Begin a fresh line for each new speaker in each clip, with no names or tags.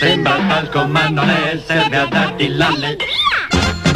Sembra talco ma non è, serve a darti l'alle.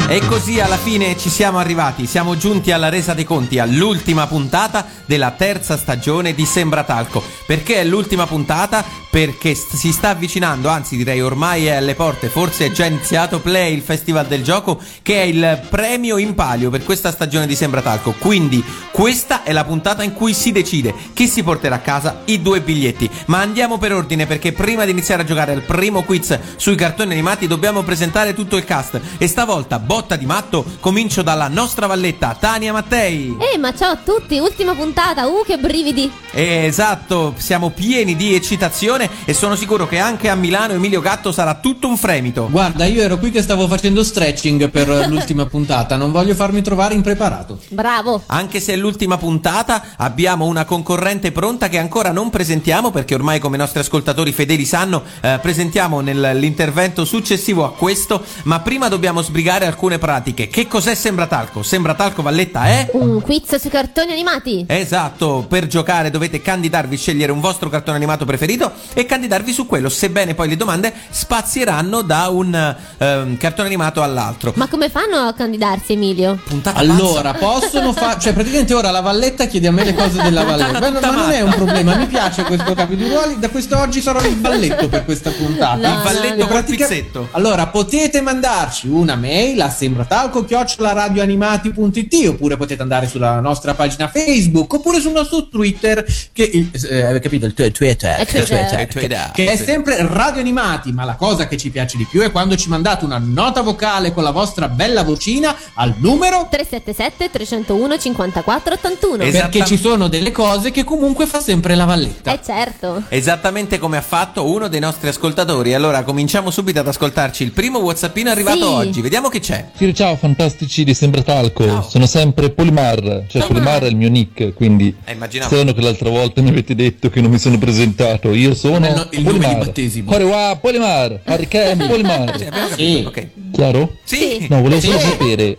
E così alla fine ci siamo arrivati, siamo giunti alla resa dei conti, all'ultima puntata della terza stagione di Sembra Talco. Perché è l'ultima puntata? Perché st- si sta avvicinando, anzi direi ormai è alle porte, forse è già iniziato Play, il Festival del Gioco, che è il premio in palio per questa stagione di Sembra Talco. Quindi questa è la puntata in cui si decide chi si porterà a casa i due biglietti. Ma andiamo per ordine perché prima di iniziare a giocare al primo quiz sui cartoni animati dobbiamo presentare tutto il cast e stavolta botta di matto, comincio dalla nostra valletta Tania Mattei.
Eh, ma ciao a tutti, ultima puntata, uh, che brividi!
Eh, esatto, siamo pieni di eccitazione e sono sicuro che anche a Milano Emilio Gatto sarà tutto un fremito.
Guarda, io ero qui che stavo facendo stretching per l'ultima puntata, non voglio farmi trovare impreparato.
Bravo!
Anche se è l'ultima puntata, abbiamo una concorrente pronta che ancora non presentiamo perché ormai come i nostri ascoltatori fedeli sanno, eh, presentiamo nell'intervento successivo a questo, ma prima dobbiamo sbrigare alcune pratiche. Che cos'è Sembra Talco? Sembra Talco Valletta è
Un quiz sui cartoni animati!
Esatto, per giocare dovete candidarvi, scegliere un vostro cartone animato preferito e candidarvi su quello, sebbene poi le domande spazieranno da un ehm, cartone animato all'altro.
Ma come fanno a candidarsi, Emilio?
Puntata pazza.
Allora, possono fare. Cioè, praticamente ora la Valletta chiede a me le cose della Valletta. Beh, no, ma non è un problema, mi piace questo capo di ruoli. Da questo oggi sarò il balletto per questa puntata.
il valletto col
Pratica-
pizzetto.
Allora, potete mandarci una mail a sembratalco@radioanimati.it oppure potete andare sulla nostra pagina Facebook oppure sul nostro Twitter che il- eh, avete capito il tu- Twitter,
È Twitter.
Twitter,
Twitter.
che è sempre Radio Animati, ma la cosa che ci piace di più è quando ci mandate una nota vocale con la vostra bella vocina al numero
377 301 54 81
Esatto.
perché ci sono delle cose che comunque fa sempre la Valletta.
Eh certo!
Esattamente come ha fatto uno dei nostri ascoltatori. Allora cominciamo subito ad ascoltarci il primo Whatsappino arrivato
Sì.
oggi. Vediamo che c'è.
Sì, ciao fantastici di Sembratalco,
Ciao.
sono sempre Polimar, cioè
Ciao,
Polimar
Mar.
è il mio nick, quindi
Eh, immaginavo.
strano che l'altra volta mi avete detto che non mi sono presentato, io sono
Il no- il nome di
Polimar.
battesimo.
Orewa, Polimar, Arichem,
Sì,
Polimar.
abbiamo
Sì.
capito. ok.
Chiaro?
Cioè, Sì.
No, volevo
Sì.
solo sapere,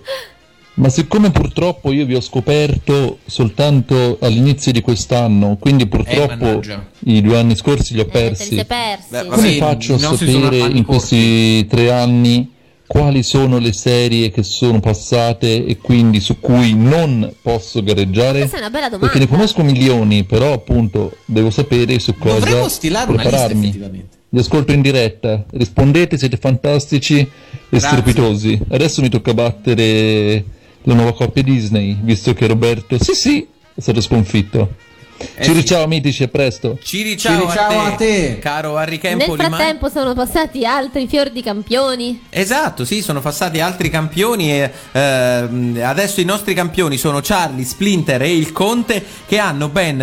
ma siccome purtroppo io vi ho scoperto soltanto all'inizio di quest'anno, quindi purtroppo
mannaggia.
i due anni scorsi li ho
Eh, te li
persi.
sei persi!
Beh, vabbè.
Come
Sì,
faccio a
i nostri sono
sapere
anni
in questi tre anni quali sono le serie che sono passate e quindi su cui non posso gareggiare?
Questa è una bella domanda!
Perché ne conosco milioni, però appunto devo sapere su
Dovremmo
cosa
stilare una lista
prepararmi.
effettivamente.
Vi ascolto in diretta, rispondete, siete fantastici e strepitosi. Adesso mi tocca battere la nuova coppia Disney, visto che Roberto, sì sì, è stato sconfitto. Ci
Eh sì.
riciao mitici, a presto.
Ci riciao,
riciao
a, te,
a te.
caro Harry
Nel
Kempo Limano.
frattempo sono passati altri fior di campioni!
Esatto, sì, sono passati altri campioni e ehm, adesso i nostri campioni sono Charlie, Splinter e il Conte che hanno ben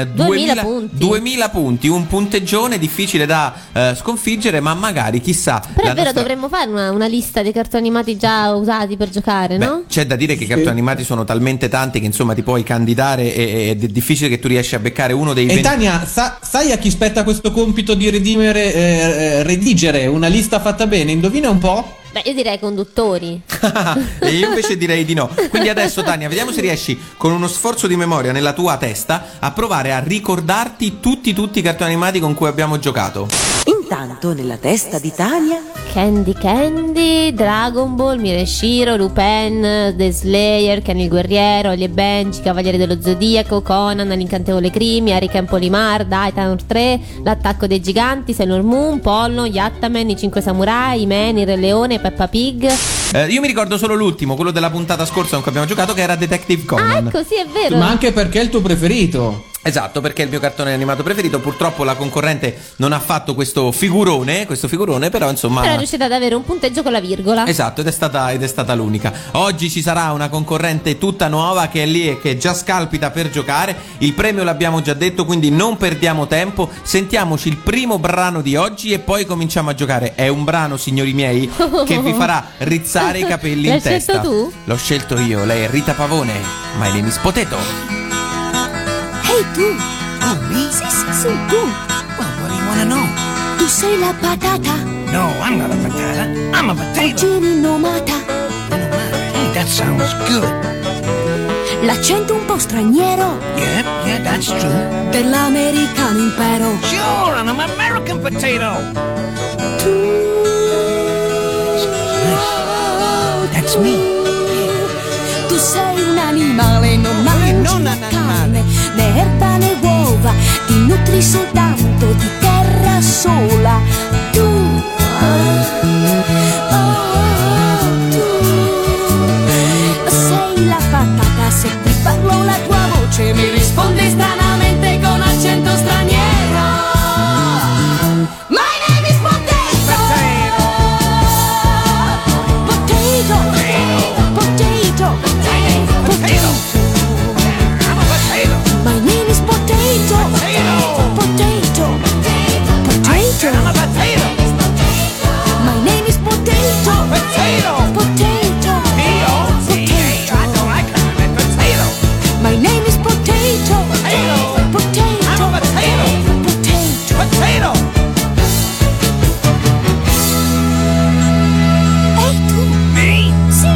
2000
2000 punti.
2000 punti, un punteggione difficile da eh, sconfiggere, ma magari chissà.
Però
la
è vero,
nostra-
dovremmo fare una, una lista dei cartoni animati già usati per giocare,
Beh,
no?
c'è da dire che i cartoni animati sono talmente tanti che insomma ti puoi candidare e- e- ed è difficile che tu riesci a beccare uno dei
E
20
Tania, sa- sai a chi spetta questo compito di redimere, eh, eh, redigere una lista fatta bene? Indovina un po'?
Beh, io direi conduttori.
e io invece direi di no. Quindi adesso Tania, vediamo se riesci con uno sforzo di memoria nella tua testa a provare a ricordarti tutti tutti i cartoni animati con cui abbiamo giocato.
Intanto nella testa di Tania
Candy Candy, Dragon Ball, Mireshiro, Lupin, The Slayer, Ken il Guerriero, Oli e Benji, Cavaliere dello Zodiaco, Conan, L'incantevole Crimi, Ariken Polimar, Daitanor 3, L'attacco dei giganti, Sailor Moon, Pollo, Yattaman, I 5 Samurai, I Men, Il Re Leone, Peppa Pig.
Eh, io mi ricordo solo l'ultimo, quello della puntata scorsa con cui abbiamo giocato che era Detective
Ah,
Conan.
ecco, sì, è vero.
Ma anche perché è il tuo preferito.
Esatto, perché è il mio cartone animato preferito. Purtroppo la concorrente non ha fatto questo figurone, questo figurone, però insomma.
Però è riuscita ad avere un punteggio con la virgola.
Esatto, ed è, stata, ed è stata l'unica. Oggi ci sarà una concorrente tutta nuova che è lì e che già scalpita per giocare. Il premio l'abbiamo già detto, quindi non perdiamo tempo. Sentiamoci il primo brano di oggi e poi cominciamo a giocare. È un brano, signori miei, che vi farà rizzare i capelli
L'hai
in testa.
scelto tu?
L'ho scelto io, lei è Rita Pavone. My name is Potato.
Ehi tu! Oh, me? Sì, sì, sì, tu! Tu sei la patata!
No, I'm not a patata. I'm a potato.
Gini nomata!
Hey, that sounds good.
L'accento un po' straniero
Yep, yeah, that's true.
dell'americano impero!
Sure, and I'm an American potato.
Eh.
That's me.
Tu sei un animale, non mangi
non un
carne, né erba né uova, ti nutri soltanto di terra sola. Tu, oh, oh, tu, sei la patata, se ti parlo la tua voce mi risponde stranamente con accento straniero. My name is Potato! Potato! Potato! Potato!
I'm a potato.
My name is Potato.
I'm
Potato.
a
Potato.
potato.
My name is Potato.
Potato.
Potato.
P-O-T-A. I know I can have a potato.
My name is Potato.
Potato.
Potato.
I'm a potato.
Potato.
Potato.
Ehi tu.
Me?
Sì,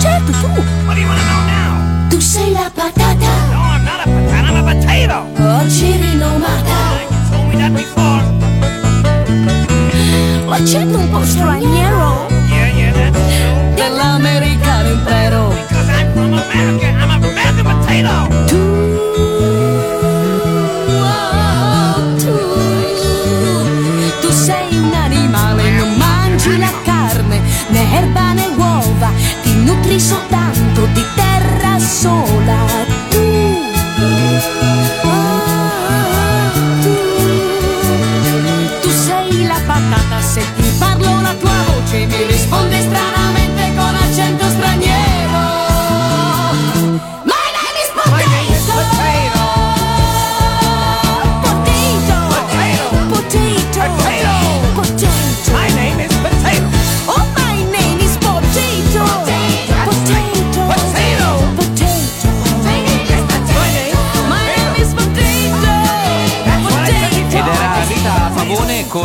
certo tu.
What do you want to know now?
Tu sei la patata.
No, I'm not a patata. I'm a potato.
Oggi rinomata.
You told me that before.
L'accento un po' straniero
Yeah, yeah, that's true.
dell'americano impero.
Because I'm from America. I'm an American potato.
Tu, oh, tu, tu sei un animale, non mangi la carne, né erba né uova, ti nutri soltanto di terra sola. Tu, oh, tu, tu sei la patata, se ti parlo la tua voce mi risponde stranamente con accento straniero.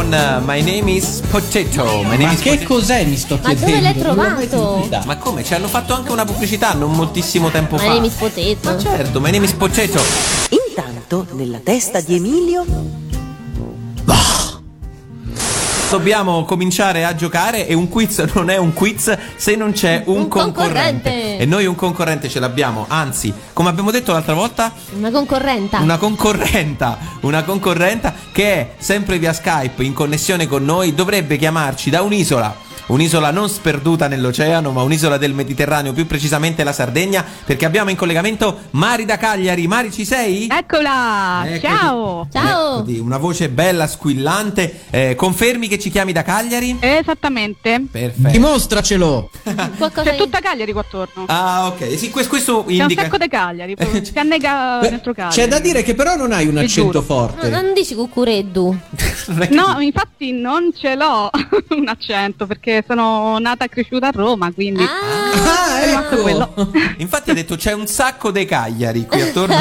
My name is Potato.
My name is Potato. Potato. Potato.
Potato. Potato.
My name is Potato.
Potato.
Ed era Rita Pavone con eh,
Potato. My name
Oh, my name is Potato. Potato. Potato. My name is Potato. Potato.
My name is Potato. My name
Ma
is
che
Potato.
cos'è mi sto
Ma dove
chiedendo? Non
l'hai
l'ho mai
trovato?
sentita.
Ma come? Ci hanno fatto anche una pubblicità non moltissimo tempo
My
fa.
name is Potato.
Ma certo, My name is Potato.
Intanto, nella testa di Emilio,
Dobbiamo cominciare a giocare e un quiz non è un quiz se non c'è un,
Un concorrente.
E noi un concorrente ce l'abbiamo, anzi, come abbiamo detto l'altra volta,
Una concorrenta.
Una concorrenta, una concorrenta che è sempre via Skype in connessione con noi, dovrebbe chiamarci da un'isola. Un'isola non sperduta nell'oceano, ma un'isola del Mediterraneo, più precisamente la Sardegna, perché abbiamo in collegamento Mari da Cagliari. Mari, ci sei?
Eccola!
Eccoti.
Ciao!
Ciao.
Eccoti, una voce bella, squillante. Eh, confermi che ci chiami da Cagliari?
Esattamente.
Perfetto.
Eh. Dimostracelo!
Qualcosa
C'è
di-
tutta Cagliari qua attorno.
Ah, ok. Sì, questo, questo
C'è un
indica.
sacco di Cagliari. proprio. Si annega
Ah,
Beh,
dentro Cagliari.
c'è da dire che però non hai un
Ti
accento
giuro.
forte.
No, non dici cucureddu.
Non è che-
No, infatti non ce l'ho un accento perché sono nata e cresciuta a Roma, quindi
Ah,
è rimasto quello.
ecco!
Infatti ha detto c'è un sacco dei Cagliari qui attorno.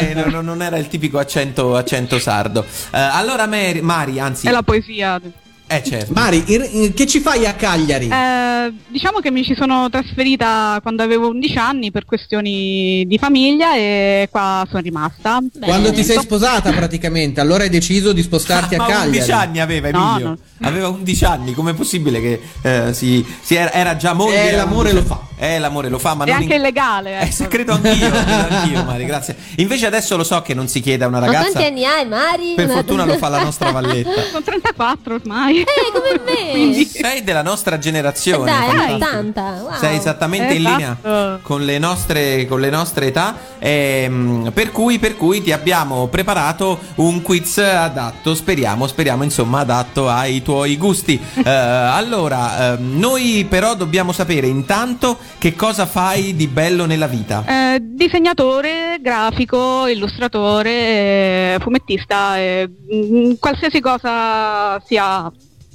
Eh, no, no, non era il tipico accento, accento sardo. Eh, allora Mary- Mari, anzi...
È la poesia.
Eh certo.
Mari, in- in- che ci fai a Cagliari?
Eh, diciamo che mi ci sono trasferita quando avevo 11 anni per questioni di famiglia e qua sono rimasta.
Bene.
Quando ti sei sposata praticamente, allora hai deciso di spostarti a
Ma
Cagliari.
11 anni aveva
No,
Emilio.
no.
Aveva 11 anni, com'è possibile che eh, si, si era, era già moglie?
Eh,
era
l'amore
11
lo fa.
Eh, l'amore lo fa, ma
È
non
anche
in-
illegale.
Eh,
ecco.
sì, credo anch'io, credo anch'io, Mari, grazie. Invece adesso lo so che non si chiede a una
Ma
ragazza.
quanti anni hai, Mari?
Per
Una-
fortuna lo fa la nostra Valletta.
Sono 34 ormai. noi.
Eh, come me. Eh,
Sei della nostra generazione.
Dai,
fantastico.
80. Wow.
Sei esattamente
Eh,
in
Esatto.
linea con le nostre, con le nostre età. ehm, per, cui, per cui ti abbiamo preparato un quiz adatto, speriamo, speriamo insomma adatto ai tuoi gusti. Eh, allora, ehm, noi però dobbiamo sapere intanto che cosa fai di bello nella vita.
Eh, disegnatore, grafico, illustratore, eh, fumettista, eh, mm, qualsiasi cosa sia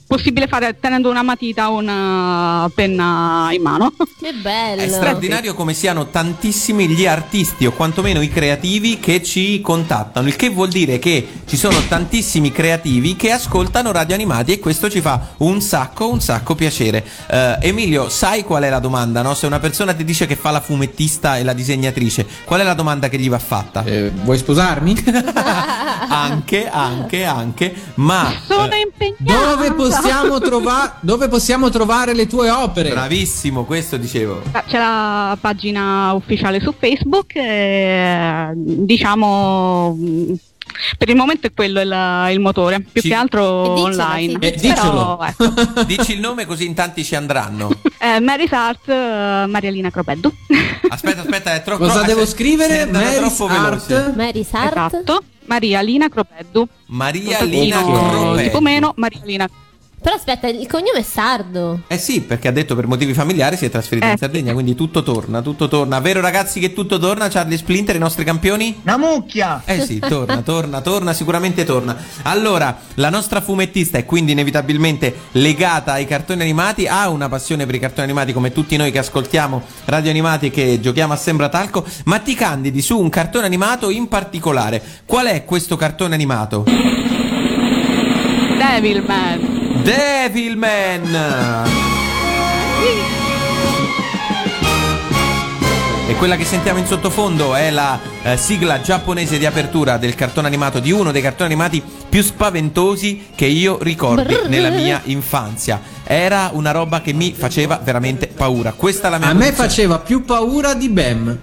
possibile fare tenendo una matita o una penna in mano.
Che bello.
È straordinario come siano tantissimi gli artisti o quantomeno i creativi che ci contattano, il che vuol dire che ci sono tantissimi creativi che ascoltano radio animati e questo ci fa un sacco, un sacco piacere. Eh, Emilio, sai qual è la domanda? No? Se una persona ti dice che fa la fumettista e la disegnatrice, qual è la domanda che gli va fatta?
Eh, vuoi sposarmi?
anche, anche, anche, ma... eh,
Sono impegnato.
Dove possiamo, trova- dove possiamo trovare le tue opere?
Bravissimo, questo dicevo.
Ah, C'è la pagina ufficiale su Facebook, e, diciamo mh, per il momento è quello il, il motore, più
Ci-
che altro
E diccelo,
online.
sì,
Eh, diccelo.
Però, ecco,
Dici il nome così in tanti ci andranno.
eh, Mary's Art, eh, Marialina Cropeddu.
Aspetta, aspetta, è troppo.
Cosa
eh,
devo
se-
scrivere?
se ne andava
Mary's
troppo veloce.
Art.
Mary Sart.
esatto, Marialina Cropeddu.
Maria
Un
Lina
pochino
Cropè.
Tipo meno, Marialina.
Però aspetta, il cognome è sardo.
Eh sì, perché ha detto per motivi familiari si è trasferita
Eh.
in Sardegna, quindi tutto torna, tutto torna. Vero ragazzi che tutto torna, Charlie Splinter, i nostri campioni?
La mucchia!
Eh sì, torna, torna, torna, sicuramente torna. Allora, la nostra fumettista e quindi inevitabilmente legata ai cartoni animati, ha una passione per i cartoni animati come tutti noi che ascoltiamo radio animati e che giochiamo a Sembra Talco, ma ti candidi su un cartone animato in particolare. Qual è questo cartone animato?
Devilman.
Devilman! E quella che sentiamo in sottofondo è la eh, sigla giapponese di apertura del cartone animato, di uno dei cartoni animati più spaventosi che io ricordi
Brrr.
nella mia infanzia. Era una roba che mi faceva veramente paura. Questa è la mia
A me
posizione.
faceva più paura di Bam.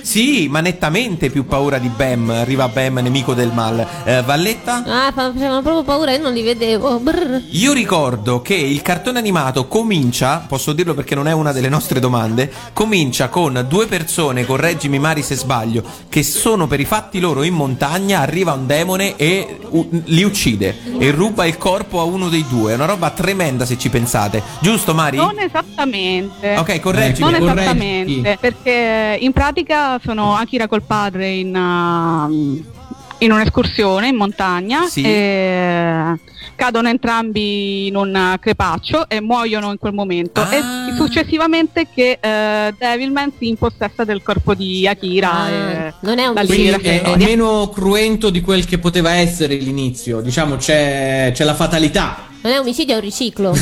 Sì, ma nettamente più paura di Bam. Arriva Bam, nemico del mal. Eh, Valletta?
Ah, fa- facevano proprio paura, io non li vedevo. Brr.
Io ricordo che il cartone animato comincia, posso dirlo perché non è una delle nostre domande, comincia con due persone, correggimi Mari se sbaglio, che sono per i fatti loro in montagna, arriva un demone e u- li uccide e ruba il corpo a uno dei due. È una roba tremenda se ci pensate. Giusto Mari?
Non esattamente.
Ok,
Non
correggimi.
Correggi.
esattamente, perché in pratica sono Akira col padre in, um, in un'escursione in montagna.
Sì.
e cadono entrambi in un crepaccio e muoiono in quel momento.
Ah.
E successivamente che eh, Devilman si impossessa del corpo di Akira. eh,
Ah,
e-
non è un
da lì
Quindi
la
è, è
storia.
meno cruento di quel che poteva essere l'inizio. Diciamo, c'è, c'è la fatalità.
Non è omicidio, è un riciclo.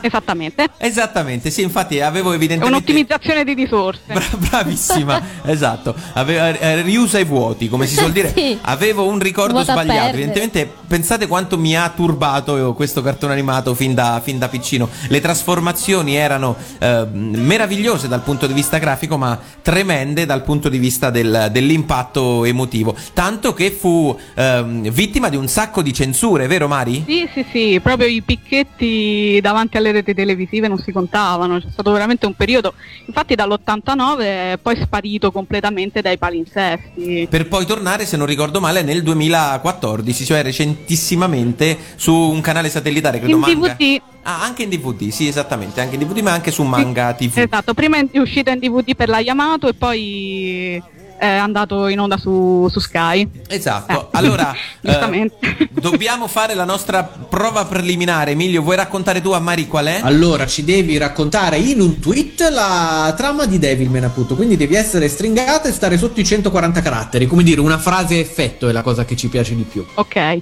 Esattamente.
Esattamente, sì, infatti avevo
È
evidentemente
un'ottimizzazione di risorse.
Bra- bravissima, esatto. Ave- eh, riusa i vuoti, come si suol dire.
Sì.
Avevo un ricordo
Vuoto a
sbagliato.
perdere.
Evidentemente, pensate quanto mi ha turbato eh, questo cartone animato fin da, fin da piccino. Le trasformazioni erano eh, meravigliose dal punto di vista grafico, ma tremende dal punto di vista del- dell'impatto emotivo. Tanto che fu ehm, vittima di un sacco di censure, vero Mari?
Sì, sì, sì, proprio i picchetti davanti alle reti televisive non si contavano, c'è stato veramente un periodo, infatti dall'89 è poi sparito completamente dai palinsesti.
per poi tornare, se non ricordo male, nel 2014, cioè recentissimamente su un canale satellitare, credo
In
manga.
DVD.
Ah, anche in DVD, sì, esattamente, anche in DVD, ma anche su manga
Sì,
TV.
Esatto, prima è uscito in DVD per la Yamato e poi eh, è andato in onda su, su Sky.
Esatto,
Eh.
allora
Giustamente.
eh, dobbiamo fare la nostra prova preliminare. Emilio, vuoi raccontare tu a Mari qual è?
Allora, ci devi raccontare in un tweet la trama di Devilman, appunto. Quindi devi essere stringata e stare sotto i 140 caratteri. Come dire, una frase a effetto è la cosa che ci piace di più.
Ok.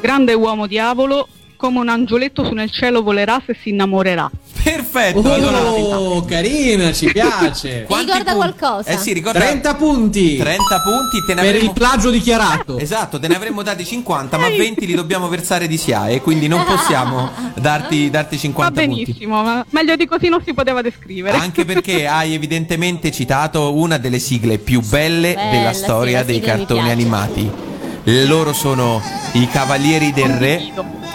Grande uomo diavolo, come un angioletto su nel cielo volerà se si innamorerà.
Perfetto, allora
Oh, carina, ci piace.
quanti
ricorda
punti-
qualcosa?
Eh sì, ricorda
30 punti
30 punti, te ne
per il
avremo
plagio dichiarato.
Esatto, te ne avremmo dati 50, ma 20 li dobbiamo versare di SIAE, quindi non possiamo darti, darti
Va
50 punti.
benissimo, ma meglio di così non si poteva descrivere.
Anche perché hai evidentemente citato una delle sigle più belle
Bella,
della
sì,
storia
la
dei
sigla mi
cartoni
piace.
animati. Loro sono i Cavalieri del Re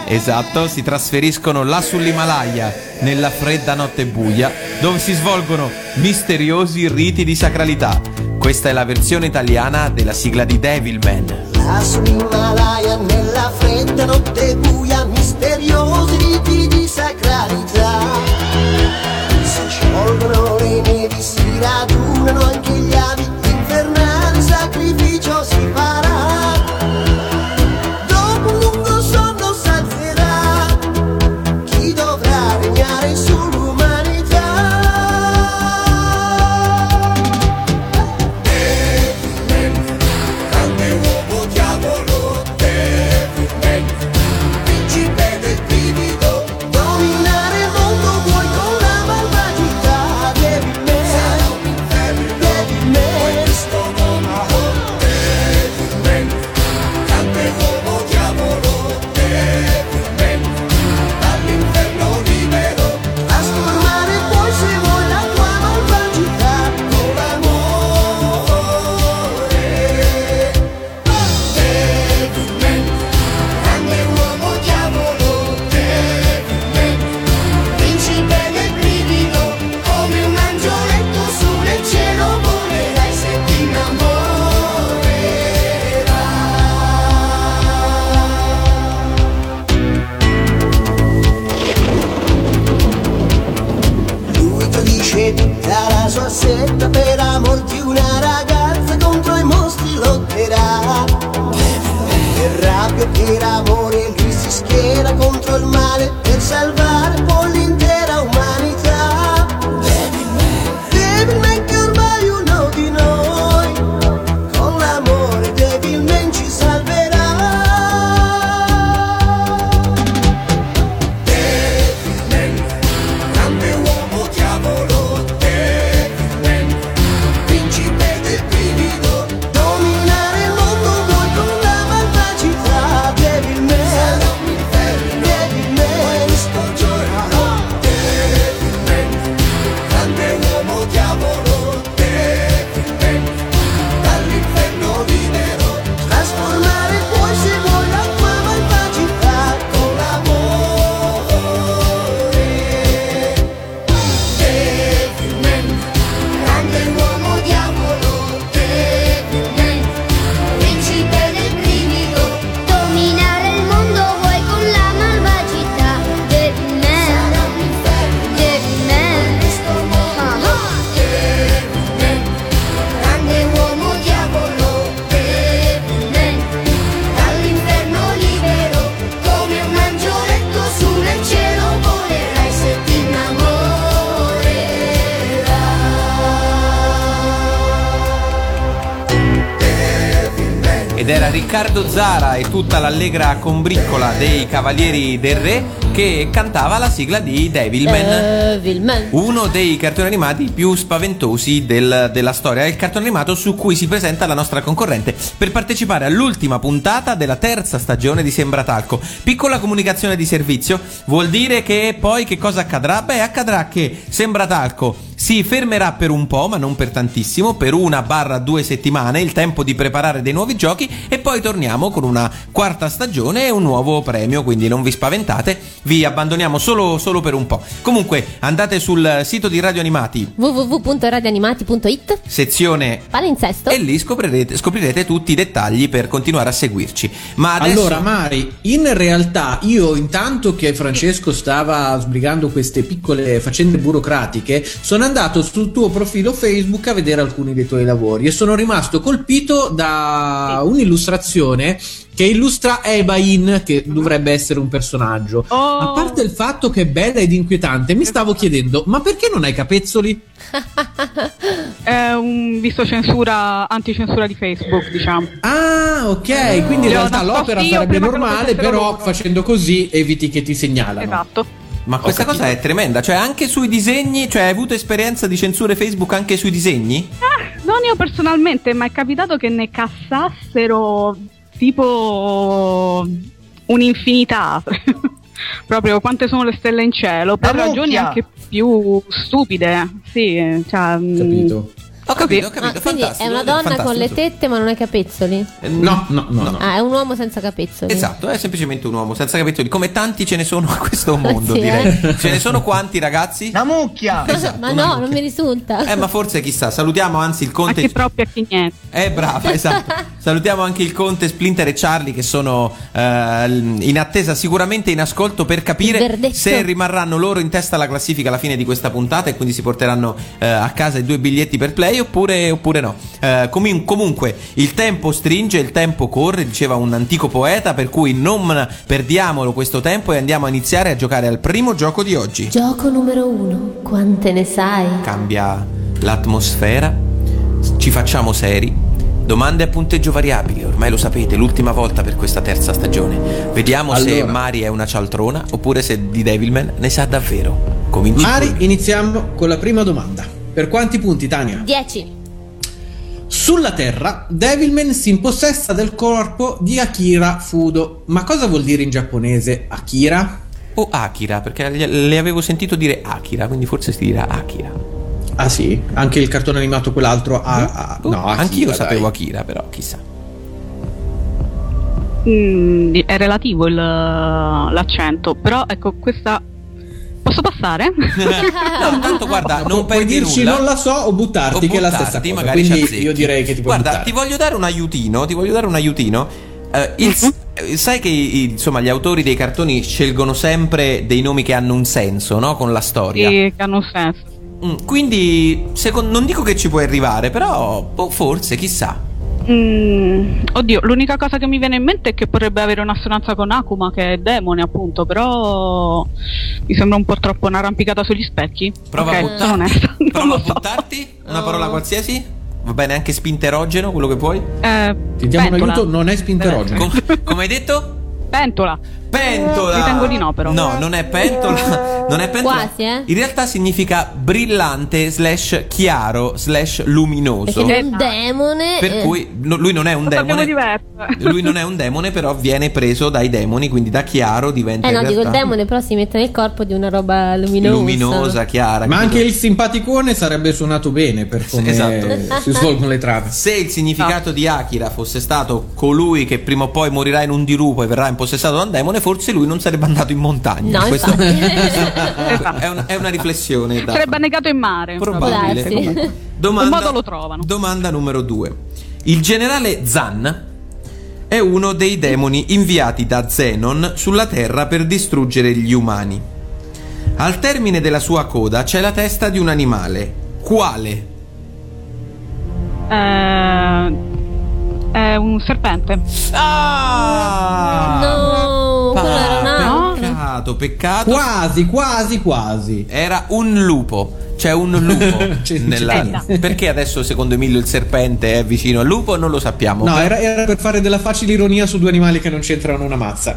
Esatto, si trasferiscono là sull'Himalaya, nella fredda notte buia, dove si svolgono misteriosi riti di sacralità. Questa è la versione italiana della sigla di Devilman.
Là sull'Himalaya nella fredda notte buia misteriosi riti di sacralità si sciolgono le nevi si radunano anche gli avi infernale sacrificio si farà dopo un lungo sonno s'alzerà chi dovrà regnare sull'umanità
Grande uomo diavolo, Devilman, principe del brivido,
Dominare il mondo vuoi con la malvagità Devilman Sarà un inferno Devilman Vuoi questo monaco
Devilman, grande uomo diavolo, Devilman, dall'inferno libero,
Trasformare puoi se vuoi la tua malvagità Con l'amore
Devilman, grande uomo diavolo, Devilman, principe del brivido, come un angioletto su nel cielo volerai se ti innamorerai.
Lui tradisce tutta la sua setta Per amor di una ragazza contro i mostri lotterà Per rabbia e per amore lui si schiera contro il male Per salvare poi l'intera umanità Devilman che ormai è uno di noi Con l'amore Devilman ci salverà
Grande uomo diavolo, Devilman, principe del brivido,
Dominare il mondo vuoi con la malvagità Devilman Sarà un inferno Devilman Vuoi scongiurarlo
Devilman, grande uomo diavolo, Devilman, dall'inferno libero,
Trasformare puoi se vuoi la tua malvagità Con l'amore
Devilman, grande uomo diavolo, Devilman, principe del brivido,
Dominare il mondo vuoi con la malvagità Devilman Devilman
Ah,
grande uomo diavolo, Devilman, dall'inferno libero, come un angioletto su nel cielo volerai se ti innamorerai.
Ed era Riccardo Zara e tutta l'allegra combriccola dei Cavalieri del Re che cantava la sigla di
Eh,
Devilman.
Devilman.
Uno dei cartoni animati più spaventosi del- della storia. È il cartone animato su cui si presenta la nostra concorrente per partecipare all'ultima puntata della terza stagione di Sembratalco. Piccola comunicazione di servizio vuol dire che poi che cosa accadrà? Beh, accadrà che Sembratalco si fermerà per un po', ma non per tantissimo, per una barra due settimane, il tempo di preparare dei nuovi giochi e poi torniamo con una quarta stagione e un nuovo premio, quindi non vi spaventate, vi abbandoniamo solo, solo per un po'. Comunque andate sul sito di Radio Animati,
www.radioanimati.it
sezione
Palinsesto.
e lì scoprirete, scoprirete tutti i dettagli per continuare a seguirci. Ma adesso...
Allora, Mari, in realtà io intanto che Francesco stava sbrigando queste piccole faccende burocratiche, sono andato sul tuo profilo Facebook a vedere alcuni dei tuoi lavori e sono rimasto colpito da un'illustrazione che illustra Ebain, che dovrebbe essere un personaggio.
Oh.
A parte il fatto che è bella ed inquietante, mi stavo chiedendo, ma perché non hai capezzoli?
È un visto censura, anticensura di Facebook, diciamo.
Ah, ok, quindi
Glielo
in realtà
nascosto
l'opera
Eh, io
sarebbe
prima che lo
normale,
facessero
però
loro.
facendo così eviti che ti segnalano.
Esatto.
Ma questa
capito.
cosa è tremenda, cioè anche sui disegni, cioè hai avuto esperienza di censure Facebook anche sui disegni?
Ah, non io personalmente, ma è capitato che ne cassassero tipo un'infinità. Proprio quante sono le stelle in cielo, per
La
ragioni
mucchia!
anche più stupide. Sì, cioè, mh,
Capito.
Ho capito, ho capito.
Ah, quindi è
fantastico,
una donna
fantastico.
con le tette ma non ha capezzoli.
Eh, No, no, no. no.
Ah, è un uomo senza capezzoli.
Esatto, è semplicemente un uomo senza capelli, come tanti ce ne sono a questo mondo,
Sì,
direi. Ce ne sono quanti ragazzi? La mucchia!
ma no, non mi risulta.
Eh, ma forse chissà, salutiamo anzi il Conte.
Chi proprio e chi niente.
Eh, brava, esatto. Salutiamo anche il Conte, Splinter e Charlie che sono eh, l- in attesa, sicuramente in ascolto per
Il
capire
verdetto.
se rimarranno loro in testa alla classifica alla fine di questa puntata e quindi si porteranno eh, a casa i due biglietti per play oppure, oppure no. Eh, comi- comunque il tempo stringe, il tempo corre, diceva un antico poeta, per cui non perdiamolo questo tempo e andiamo a iniziare a giocare al primo gioco di oggi.
Gioco numero uno. Quante ne sai?
Cambia l'atmosfera, ci facciamo seri. Domande a punteggio variabile, ormai lo sapete, l'ultima volta per questa terza stagione. Vediamo se
Allora.
Mari è una cialtrona oppure se di Devilman ne sa davvero. Cominci
Mari, iniziamo con la prima domanda. Per quanti punti, Tania?
10.
Sulla Terra, Devilman si impossessa del corpo di Akira Fudo. Ma cosa vuol dire in giapponese Akira?
O Akira, perché gli- le avevo sentito dire Akira, quindi forse si dirà Akira.
Ah sì? Anche il cartone animato quell'altro ha... ha- Ah, no, Akira,
Boh, Anch'io sapevo
dai.
Akira, però chissà.
Mm, è relativo il- l'accento, però ecco questa... Posso passare?
no, tanto guarda, non
Puoi
perdi
dirci
nulla.
non la so o buttarti,
O
che è la
buttarti,
stessa cosa.
magari ci
Quindi
azzecchi.
io direi che ti puoi
Guarda,
buttare.
ti voglio dare un aiutino, ti voglio dare un aiutino. Eh, il-
Mhm.
eh, sai che i- insomma gli autori dei cartoni scelgono sempre dei nomi che hanno un senso, no? Con la storia.
Sì, che hanno un senso.
Mm, quindi, secondo, non dico che ci puoi arrivare, però boh, forse, chissà.
Mm, oddio, l'unica cosa che mi viene in mente è che potrebbe avere un'assonanza con Akuma, che è demone appunto, però mi sembra un po' troppo un'arrampicata sugli specchi.
Prova
Ok,
a
sono onesta.
buttarti. Prova a buttarti. Una parola qualsiasi? Va bene, anche spinterogeno, quello che vuoi.
Eh,
Ti diamo un
pentola. Eh,
aiuto, non è spinterogeno.
Com- come hai detto?
Pentola.
Eh,
Pentola.
Ritengo di no, però.
No, non è pentola. Non è pentola.
Quasi, eh?
In realtà significa brillante slash chiaro slash luminoso.
Perché lui è un demone.
Per
eh,
cui no, lui non è un
Lo
demone.
diverso.
Lui non è un demone, però viene preso dai demoni, quindi da chiaro diventa
Eh no,
in
dico il
realtà
demone, però si mette nel corpo di una roba luminosa.
luminosa, chiara.
Ma
capito?
anche il simpaticone sarebbe suonato bene per come
esatto.
si svolgono le trame.
Se il significato di Akira fosse stato colui che prima o poi morirà in un dirupo e verrà impossessato da un demone, forse lui non sarebbe andato in montagna.
No,
Questo-
infatti.
Ah, è, una, è una riflessione. Da...
Eh, esatto. Sarebbe annegato in mare.
Probabile.
Eh,
Può darsi.
Probabile.
Un
Domanda,
modo lo trovano.
domanda numero 2. Il generale Zan è uno dei demoni inviati da Zenon sulla Terra per distruggere gli umani. Al termine della sua coda c'è la testa di un animale. Quale?
Eh, è un serpente.
Ah!
No, quello era un altro.
Peccato, peccato.
Quasi, quasi, quasi.
Era un lupo. C'è un lupo nella... Perché adesso secondo Emilio il serpente è vicino al lupo? Non lo sappiamo.
No,
Però-
era, era per fare della facile ironia su due animali che non c'entrano una mazza.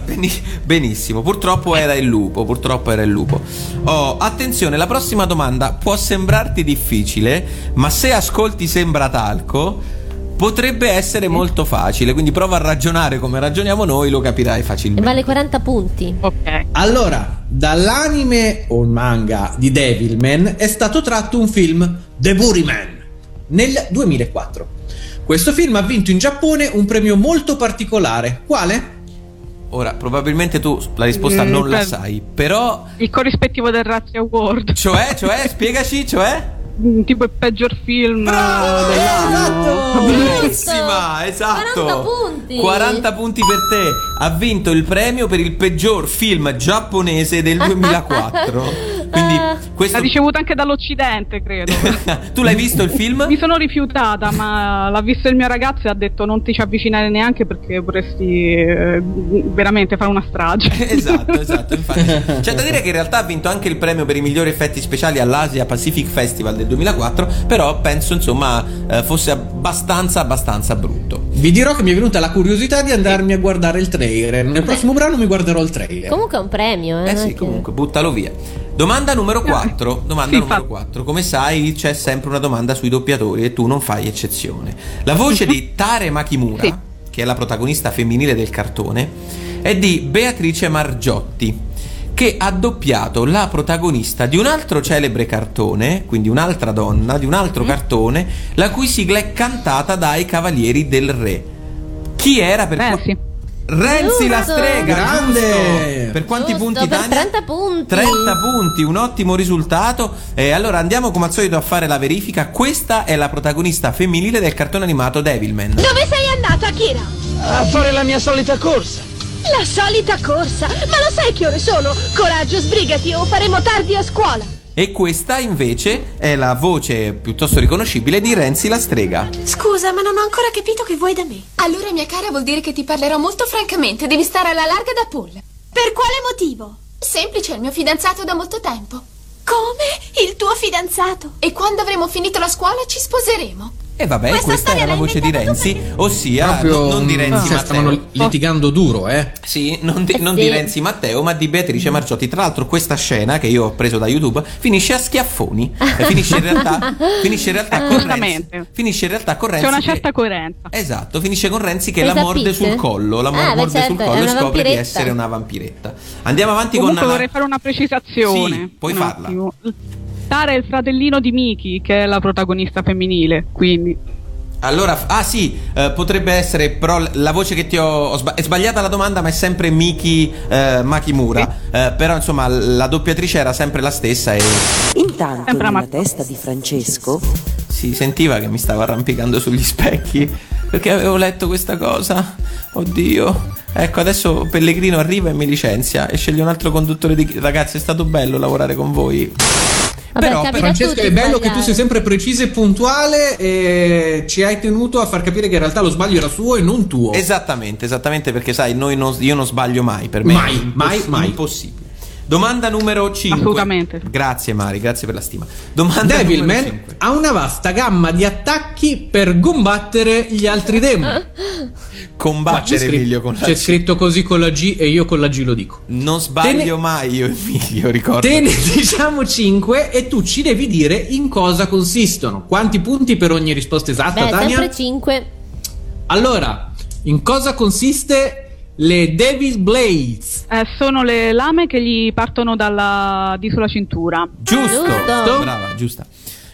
Benissimo, purtroppo era il lupo, purtroppo era il lupo. Oh, attenzione, la prossima domanda può sembrarti difficile, ma se ascolti sembra talco, potrebbe essere molto facile, quindi prova a ragionare come ragioniamo noi, lo capirai
E
facilmente.
vale 40 punti.
Ok.
Allora, dall'anime o il manga di Devilman è stato tratto un film, The Buryman, nel 2004. Questo film ha vinto in Giappone un premio molto particolare. Quale?
Ora, probabilmente tu la risposta
Mm,
non la
per-
sai, però
Il corrispettivo del Razzie Award.
cioè, cioè, spiegaci, cioè
Mm, Tipo il peggior film. eh,
Esatto!
Bellissima, esatto.
40 punti.
40 punti per te. Ha vinto il premio per il peggior film giapponese del 2004. Quindi questo
L'ha ricevuta anche dall'Occidente, credo.
tu l'hai visto il film?
Mi sono rifiutata, ma l'ha visto il mio ragazzo e ha detto non ti ci avvicinare neanche perché vorresti eh, veramente fare una strage. Eh,
Esatto, esatto, infatti. C'è da dire che in realtà ha vinto anche il premio per i migliori effetti speciali all'Asia Pacific Festival del 2004, però penso insomma eh, fosse abbastanza abbastanza brutto.
Vi dirò che mi è venuta la curiosità di andarmi a guardare il trailer. Nel prossimo brano mi guarderò il trailer.
Comunque è un premio, eh.
Eh
non è
sì,
che-
comunque, buttalo via. Domanda numero 4. Domanda
Sì,
numero
fa-
4. Come sai, c'è sempre una domanda sui doppiatori e tu non fai eccezione. La voce di Tare Makimura,
Sì.
che è la protagonista femminile del cartone, è di Beatrice Margiotti, che ha doppiato la protagonista di un altro celebre cartone, quindi un'altra donna, di un altro
Mm-hmm.
cartone, la cui sigla è cantata dai Cavalieri del Re. Chi era per Renzi? Renzi la
Giusto.
strega,
Grande!
giusto. Per quanti punti
per
Tania?
30 punti.
30 punti, un ottimo risultato. E allora andiamo come al solito a fare la verifica. Questa è la protagonista femminile del cartone animato Devilman.
Dove sei andata, Akira?
A fare la mia solita corsa.
La solita corsa! Ma lo sai che ore sono? Coraggio, sbrigati o faremo tardi a scuola!
E questa invece è la voce piuttosto riconoscibile di Renzi la strega.
Scusa, ma non ho ancora capito che vuoi da me. Allora, mia cara, vuol dire che ti parlerò molto francamente. Devi stare alla larga da Paul. Per quale motivo? Semplice, è il mio fidanzato da molto tempo. Come? Il tuo fidanzato? E quando avremo finito la scuola ci sposeremo.
E vabbè, questa, era la voce di Renzi, ossia
Proprio,
non, non di
mm,
Renzi
cioè, stavano
Matteo.
litigando duro, eh.
Sì, non di, non
sì.
di Renzi Matteo, ma di
Mm.
Beatrice Marciotti. Tra l'altro, questa scena che io ho preso da YouTube finisce a schiaffoni. E finisce in realtà, finisce in realtà con Renzi.
Assolutamente.
Finisce in realtà con
C'è
Renzi.
una
che-
certa coerenza.
Esatto, finisce con Renzi che
Presa
la
a
morde
pizze?
sul collo, la
Ah, beh,
morde sul
certo, è
collo e
una
scopre di
vampiretta.
essere una vampiretta. Andiamo avanti
Comunque
con
vorrei fare una precisazione.
Sì, puoi
Un
farla.
attimo. Tara è il fratellino di Miki, che è la protagonista femminile, quindi.
Allora, f- ah sì, eh, potrebbe essere però l- la voce che ti ho, ho sba- è sbagliata la domanda, ma è sempre Miki eh, Makimura. Eh, però insomma, l- la doppiatrice era sempre la stessa e
Intanto nella testa di Francesco
si sentiva che mi stavo arrampicando sugli specchi perché avevo letto questa cosa. Oddio. Ecco, adesso Pellegrino arriva e mi licenzia e sceglie un altro conduttore di Ragazzi, è stato bello lavorare con voi. Però,
Però, Francesca, è bello che tu sei sempre precisa e puntuale e ci hai tenuto a far capire che in realtà lo sbaglio era suo e non tuo.
Esatto, Esattamente, esattamente perché sai, noi non- io non sbaglio mai, per me
Mai,
è
mai, mai.
impossibile. Domanda numero 5.
Assolutamente.
Grazie Mari, grazie per la stima. Domanda numero
Devilman
5.
ha una vasta gamma di attacchi per combattere gli altri
Ah.
demoni.
Combattere Emilio con la
C'è
G.
scritto così con la G e io con la G lo dico.
Non sbaglio mai io Emilio, ricordo.
Te ne diciamo 5 e tu ci devi dire in cosa consistono. Quanti punti per ogni risposta esatta,
Beh,
Tania?
sempre 5.
Allora, in cosa consiste le Devil Blades?
Eh, sono le lame che gli partono dalla di sulla cintura.
Giusto. Brava, giusta.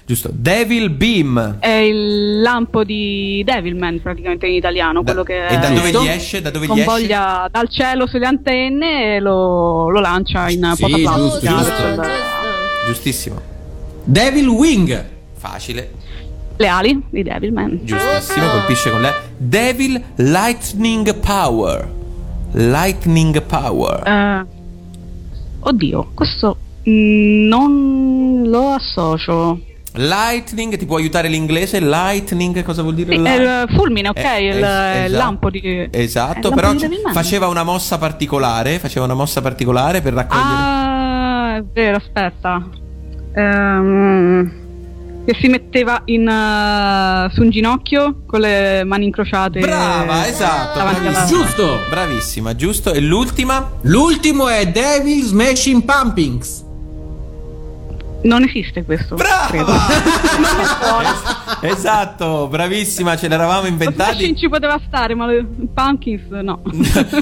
Giusto. Devil Beam.
È il lampo di Devilman, praticamente in italiano, quello che
E da
è-
dove gli esce? Da dove gli esce?
convoglia dal cielo sulle antenne e lo, lo lancia in
Sì,
porta
giusto,
plastica.
giusto. Giustissimo.
Devil Wing.
Facile.
Le ali di Devilman.
Giustissimo, colpisce con lei. Devil Lightning Power. Lightning Power.
Eh, oddio, questo mm, non lo associo.
Lightning ti può aiutare l'inglese? Lightning cosa vuol dire?
Sì, è il fulmine, ok,
Eh,
il,
es-
il
esatto.
lampo di...
Esatto,
è il
però
lampo di
c-
Devilman.
faceva una mossa particolare, faceva una mossa particolare per raccogliere
Ah, è vero, aspetta. Ehm, che si metteva in, eh, su un ginocchio con le mani incrociate.
Brava, esatto,
davanti alla-
bravissima.
Giusto.
Bravissima, giusto. E l'ultima?
Oh, L'ultimo è Devil Smashing Pumpings.
Non esiste questo.
Esatto, bravissima, ce l'eravamo inventati.
Shin ci poteva stare, ma le- Pumpkins no.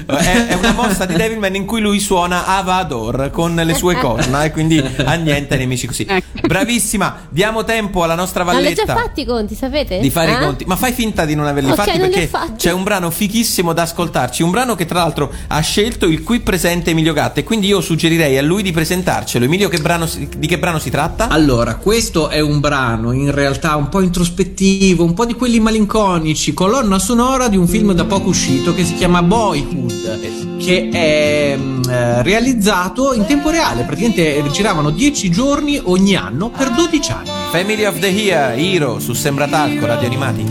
È, è una mossa di Devilman in cui lui suona Avador con le sue corna e quindi a niente nemici così. Bravissima, diamo tempo alla nostra
Ma l'ho già
Valletta.
fatti i conti, sapete?
Di fare
Eh?
i conti, ma fai finta di non averli
Ok,
fatti
non li ho
perché
fatti.
c'è un brano fichissimo da ascoltarci. Un brano che, tra l'altro, ha scelto il qui presente Emilio Gatta. E quindi io suggerirei a lui di presentarcelo. Emilio, che brano si- di che brano si tratta?
Allora, questo è un brano in realtà un po' introspettivo, un po' di quelli malinconici, colonna sonora di un film da poco uscito che si chiama Boyhood, che è mm, eh, realizzato in tempo reale, praticamente giravano 10 giorni ogni anno per 12 anni.
Family of the Year, Hero su Sembratalco, Radio Animati.
I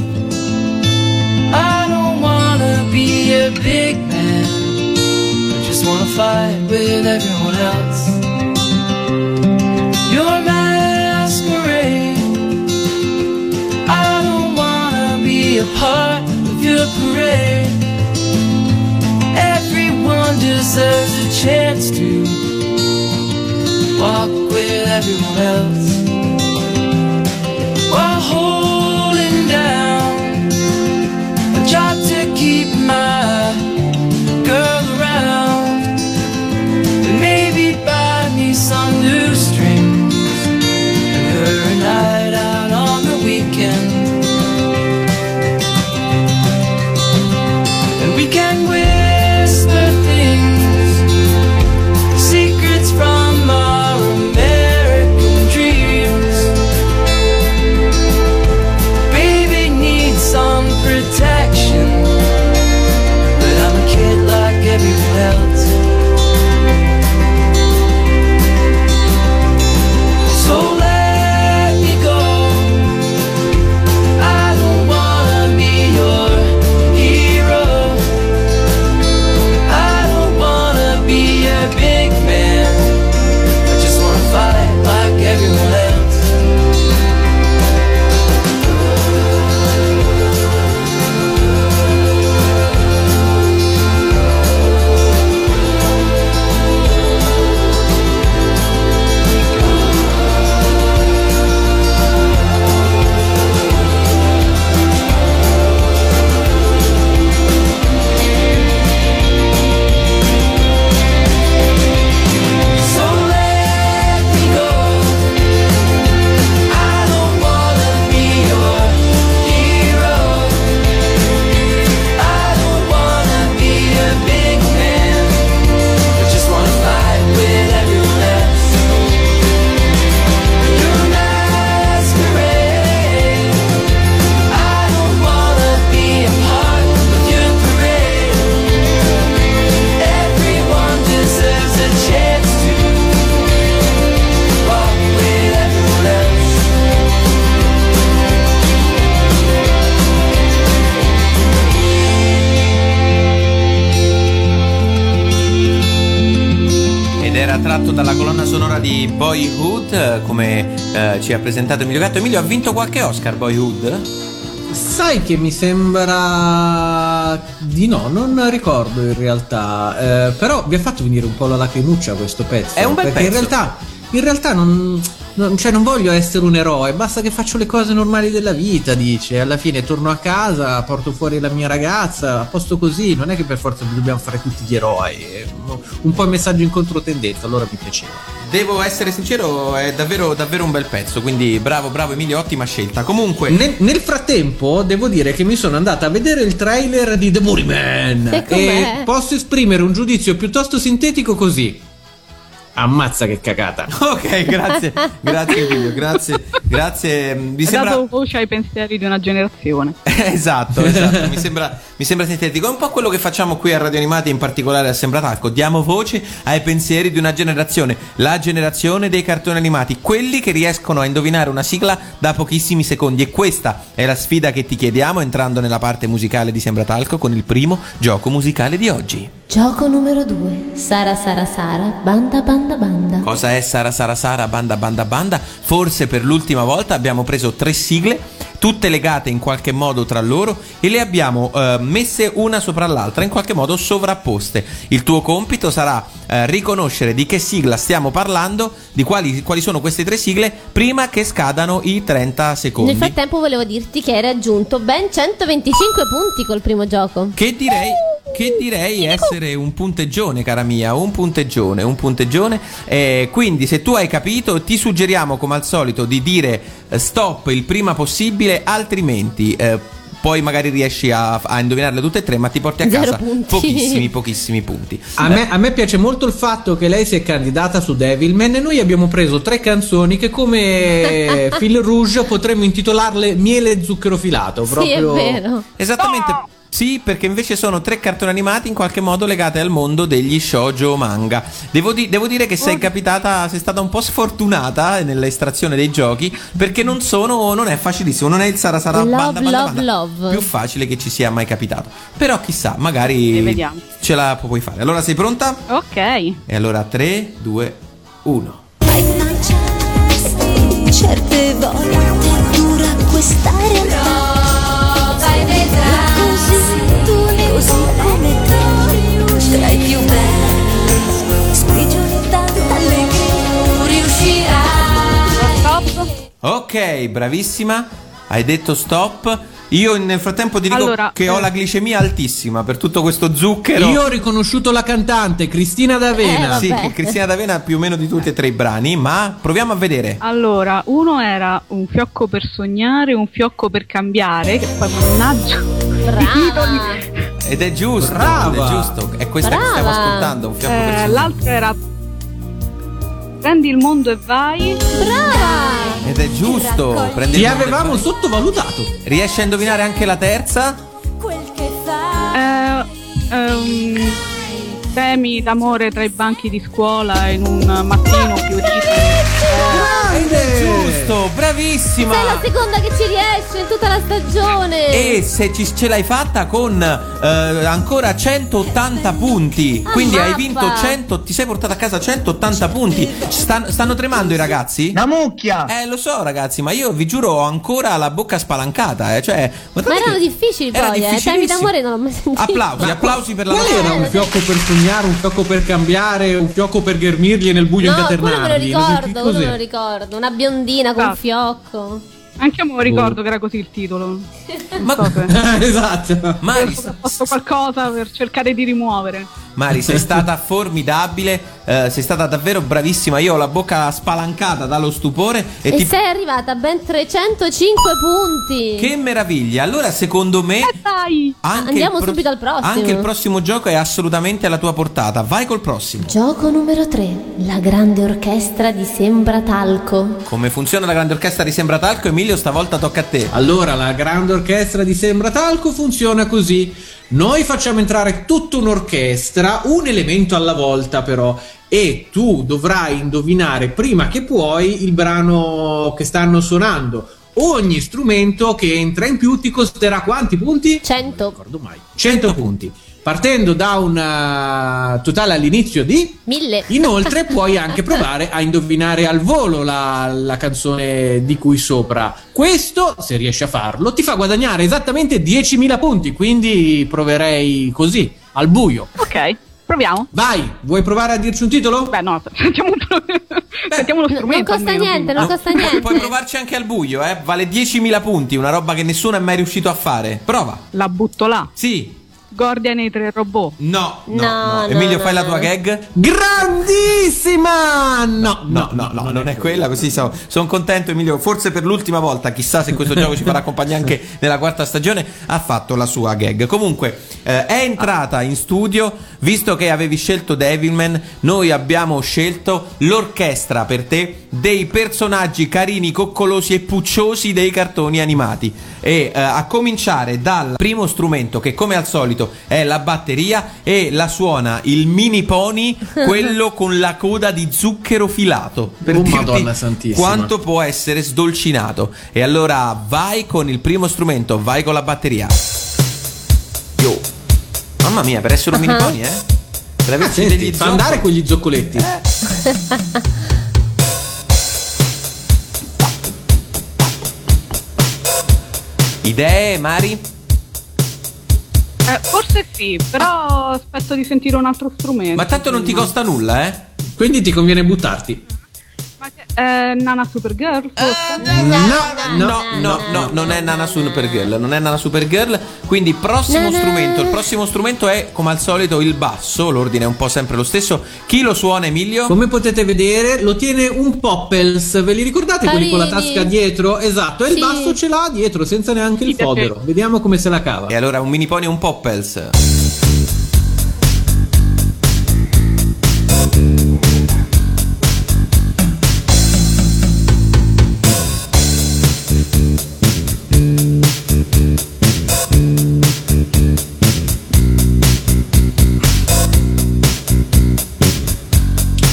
don't wanna be a big man. I just wanna fight with everyone else. Your masquerade. I don't wanna be a part of your parade. Everyone deserves a chance to walk with everyone else while holding down a job to keep my girl around. And maybe by
stata la colonna sonora di Boyhood, eh, come eh, ci ha presentato Emilio Gatto. Emilio ha vinto qualche Oscar Boyhood?
Sai che mi sembra di no, non ricordo in realtà, eh, però vi ha fatto venire un po' la lacrimuccia questo pezzo.
È un bel
perché In
pezzo.
realtà, in realtà non, non- cioè non voglio essere un eroe, basta che faccio le cose normali della vita, dice. Alla fine torno a casa, porto fuori la mia ragazza, a posto così, non è che per forza dobbiamo fare tutti gli eroi. È Un po' il messaggio in controtendenza, allora mi piaceva.
Devo essere sincero, è davvero, davvero un bel pezzo. Quindi bravo, bravo Emilio, ottima scelta. Comunque,
Nel, nel frattempo devo dire che mi sono andata a vedere il trailer di The Boogeyman
E com'è?
e posso esprimere un giudizio piuttosto sintetico così. Ammazza che cagata.
Ok, grazie, grazie Emilio, grazie, grazie. Mi
Ha
sembra
dato voce ai pensieri di una generazione.
esatto, esatto, mi sembra, mi sembra sintetico. È un po' quello che facciamo qui a Radio Animati, in particolare a Sembratacco. Diamo voce ai pensieri di una generazione, la generazione dei cartoni animati, quelli che riescono a indovinare una sigla da pochissimi secondi. E questa è la sfida che ti chiediamo entrando nella parte musicale di Sembratalco con il primo gioco musicale di oggi.
Gioco numero 2. Sara Sara Sara, banda banda banda.
Cosa è Sara Sara Sara Banda Banda Banda? Forse per l'ultima volta abbiamo preso tre sigle, tutte legate in qualche modo tra loro e le abbiamo eh, messe una sopra l'altra, in qualche modo sovrapposte. Il tuo compito sarà eh, riconoscere di che sigla stiamo parlando, di quali, quali sono queste tre sigle, prima che scadano i 30
Nel
secondi.
frattempo volevo dirti che hai raggiunto ben 125 punti col primo gioco.
Ecco.
Che direi, che direi essere un punteggione, cara mia, un punteggione, un punteggione. Eh, quindi se tu hai capito ti suggeriamo come al solito di dire eh, stop il prima possibile, altrimenti... eh, poi magari riesci a, a indovinarle tutte e tre, ma ti porti a
Zero
casa
punti.
pochissimi, pochissimi punti.
A me, a me piace molto il fatto che lei si è candidata su Devilman e noi abbiamo preso tre canzoni che come Phil Rouge potremmo intitolarle Miele e zucchero filato. Proprio...
Esattamente. Sì, perché invece sono tre cartoni animati in qualche modo legati al mondo degli shoujo manga. Devo, di- devo dire che sei capitata, sei stata un po' sfortunata nell'estrazione dei giochi, perché non sono, non è facilissimo, non è il Sara Sara banda,
Love
banda,
love
banda
love.
più facile che ci sia mai capitato. Però chissà, magari
E vediamo.
ce la pu- puoi fare. Allora sei pronta?
Ok.
E allora 3, 2, 1.
Certe volte dura questa realtà Prova e vedrai Così tu ne così come te Tra i più belli Sprigioni tanta allegria Non riuscirai
Ok, bravissima. Hai detto stop. Io nel frattempo ti dico
Allora,
che ho
eh.
la glicemia altissima per tutto questo zucchero.
Io ho riconosciuto la cantante Cristina D'Avena.
Eh, sì, che Cristina D'Avena più o meno di tutti e tre i brani, ma proviamo a vedere.
Ah.
Allora, uno era un fiocco per sognare, un fiocco per cambiare, che poi mannaggia. Brava.
Ed è giusto,
Brava!
ed è giusto. È questa che stiamo ascoltando, un fiocco
Eh,
per sognare.
Eh, l'altro era Prendi il mondo e vai. Brava!
Ed è giusto. Prendi
Ti
il mondo e
avevamo
vai.
sottovalutato.
Riesci a indovinare anche la terza?
Eh, ehm, temi d'amore tra i banchi di scuola in un mattino più
Ed è
Eh.
giusto, bravissima.
Sei la seconda che ci riesce in tutta la stagione.
E se ci- ce l'hai fatta con eh, ancora 180 punti, quindi hai
mappa.
vinto 100, ti sei portata a casa 180 punti. Ci stan- stanno tremando i ragazzi? La mucchia! Eh, lo so, ragazzi, ma io vi giuro, ho ancora la bocca spalancata. Eh. Cioè,
Ma
guardate
erano
che-
difficili
era
poi, eh. Temi
difficilissimo.
d'amore non l'ho mai sentito. Eh.
Applausi, applausi per la
Qual era un fiocco per sognare, un fiocco per cambiare, un fiocco per ghermirgli e nel buio
No, quello me lo
incaternarli?
ricordo, quello me lo ricordo. Una biondina
Ah.
con un fiocco.
Anche a me lo
Boh.
ricordo che era così il titolo.
Ma
esatto.
Maris,
Ho fatto qualcosa per cercare di rimuovere.
Mari, sei stata formidabile, eh, sei stata davvero bravissima. Io ho la bocca spalancata dallo stupore e,
E
ti
sei arrivata a ben 305 punti.
Che meraviglia! Allora, secondo me,
Eh.
Dai!
anche
Andiamo
il pro-
subito al prossimo.
Anche il prossimo gioco è assolutamente alla tua portata. Vai col prossimo.
Gioco numero 3. La grande orchestra di Sembratalco.
Come funziona la grande orchestra di Sembra Talco? Emilio, stavolta tocca a te.
Allora, la grande orchestra di Sembratalco funziona così. Noi facciamo entrare tutta un'orchestra, un elemento alla volta però, e tu dovrai indovinare prima che puoi il brano che stanno suonando. Ogni strumento che entra in più ti costerà quanti punti?
100. Non
ricordo mai. 100 punti. partendo da un totale all'inizio di
Mille.
Inoltre puoi anche provare a indovinare al volo la, la canzone di cui sopra. Questo, se riesci a farlo, ti fa guadagnare esattamente 10.000 punti, quindi proverei così, al buio.
Ok, proviamo.
Vai, vuoi provare a dirci un titolo?
Beh no, sentiamo, un sentiamo uno strumento.
costa
almeno,
niente,
quindi.
non costa niente.
Puoi provarci anche al buio, eh? Vale 10.000 punti, una roba che nessuno è mai riuscito a fare. Prova.
La butto là.
Sì.
Gordian e i tre robot.
No, no,
No,
no.
no,
Emilio,
no,
fai la
no,
tua
no.
gag?
Grandissima! No,
No, no, no, non è quella, così sono contento Emilio, forse per l'ultima volta, chissà se questo gioco ci farà compagnia anche nella quarta stagione, ha fatto la sua gag. Comunque eh, è entrata in studio, visto che avevi scelto Devilman, noi abbiamo scelto l'orchestra per te dei personaggi carini, coccolosi e pucciosi dei cartoni animati. E eh, a cominciare dal primo strumento che come al solito è la batteria e la suona il mini pony, quello con la coda di zucchero filato. Per
Oh,
dirti
Madonna santissima.
Quanto può essere sdolcinato. E allora vai con il primo strumento, vai con la batteria. Yo. Mamma mia, per essere un mini
Ah.
pony, eh? Per averci
Senti,
degli
fa
zoccoli.
andare quegli zoccoletti.
Idee, Mari?
Eh, forse sì, però aspetto di sentire un altro strumento.
Ma tanto non ti costa nulla, eh?
Quindi ti conviene buttarti.
Eh, Nana Supergirl? forse?
No, Ah, no, no, non è Nana Supergirl, non è Nana Supergirl. Quindi prossimo
Nana.
strumento, il prossimo strumento è come al solito il basso, l'ordine è un po' sempre lo stesso. Chi lo suona Emilio?
Come potete vedere, lo tiene un Poppels. Ve li ricordate quelli con la
Carini.
tasca dietro? Esatto, e
Sì.
il basso ce l'ha dietro senza neanche
Sì,
il
perché-
fodero. Vediamo come se la cava.
E allora un mini pony e un poppels.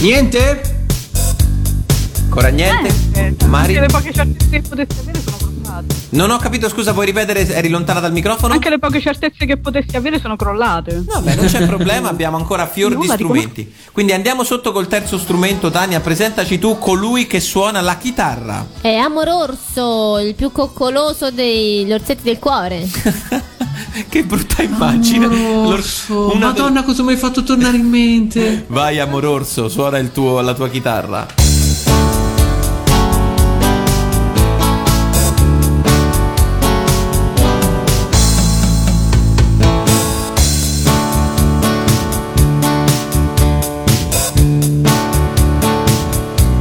Niente?
Ancora niente?
Eh,
Mari?
Anche le poche certezze che potessi avere sono crollate.
Non ho capito, scusa, puoi ripetere? Eri lontana dal microfono?
Anche le poche certezze che potessi avere sono crollate.
Vabbè, non c'è problema, abbiamo ancora fior
No,
di
ma dico-
strumenti. Quindi andiamo sotto col terzo strumento, Tania, presentaci tu colui che suona la chitarra.
È Amor Orso, il più coccoloso degli orsetti del cuore.
Che brutta immagine. Ah, L'or- una Eh. del-
Madonna, cosa mi hai fatto tornare in mente?
Vai amor orso, suona il tuo- la tua chitarra.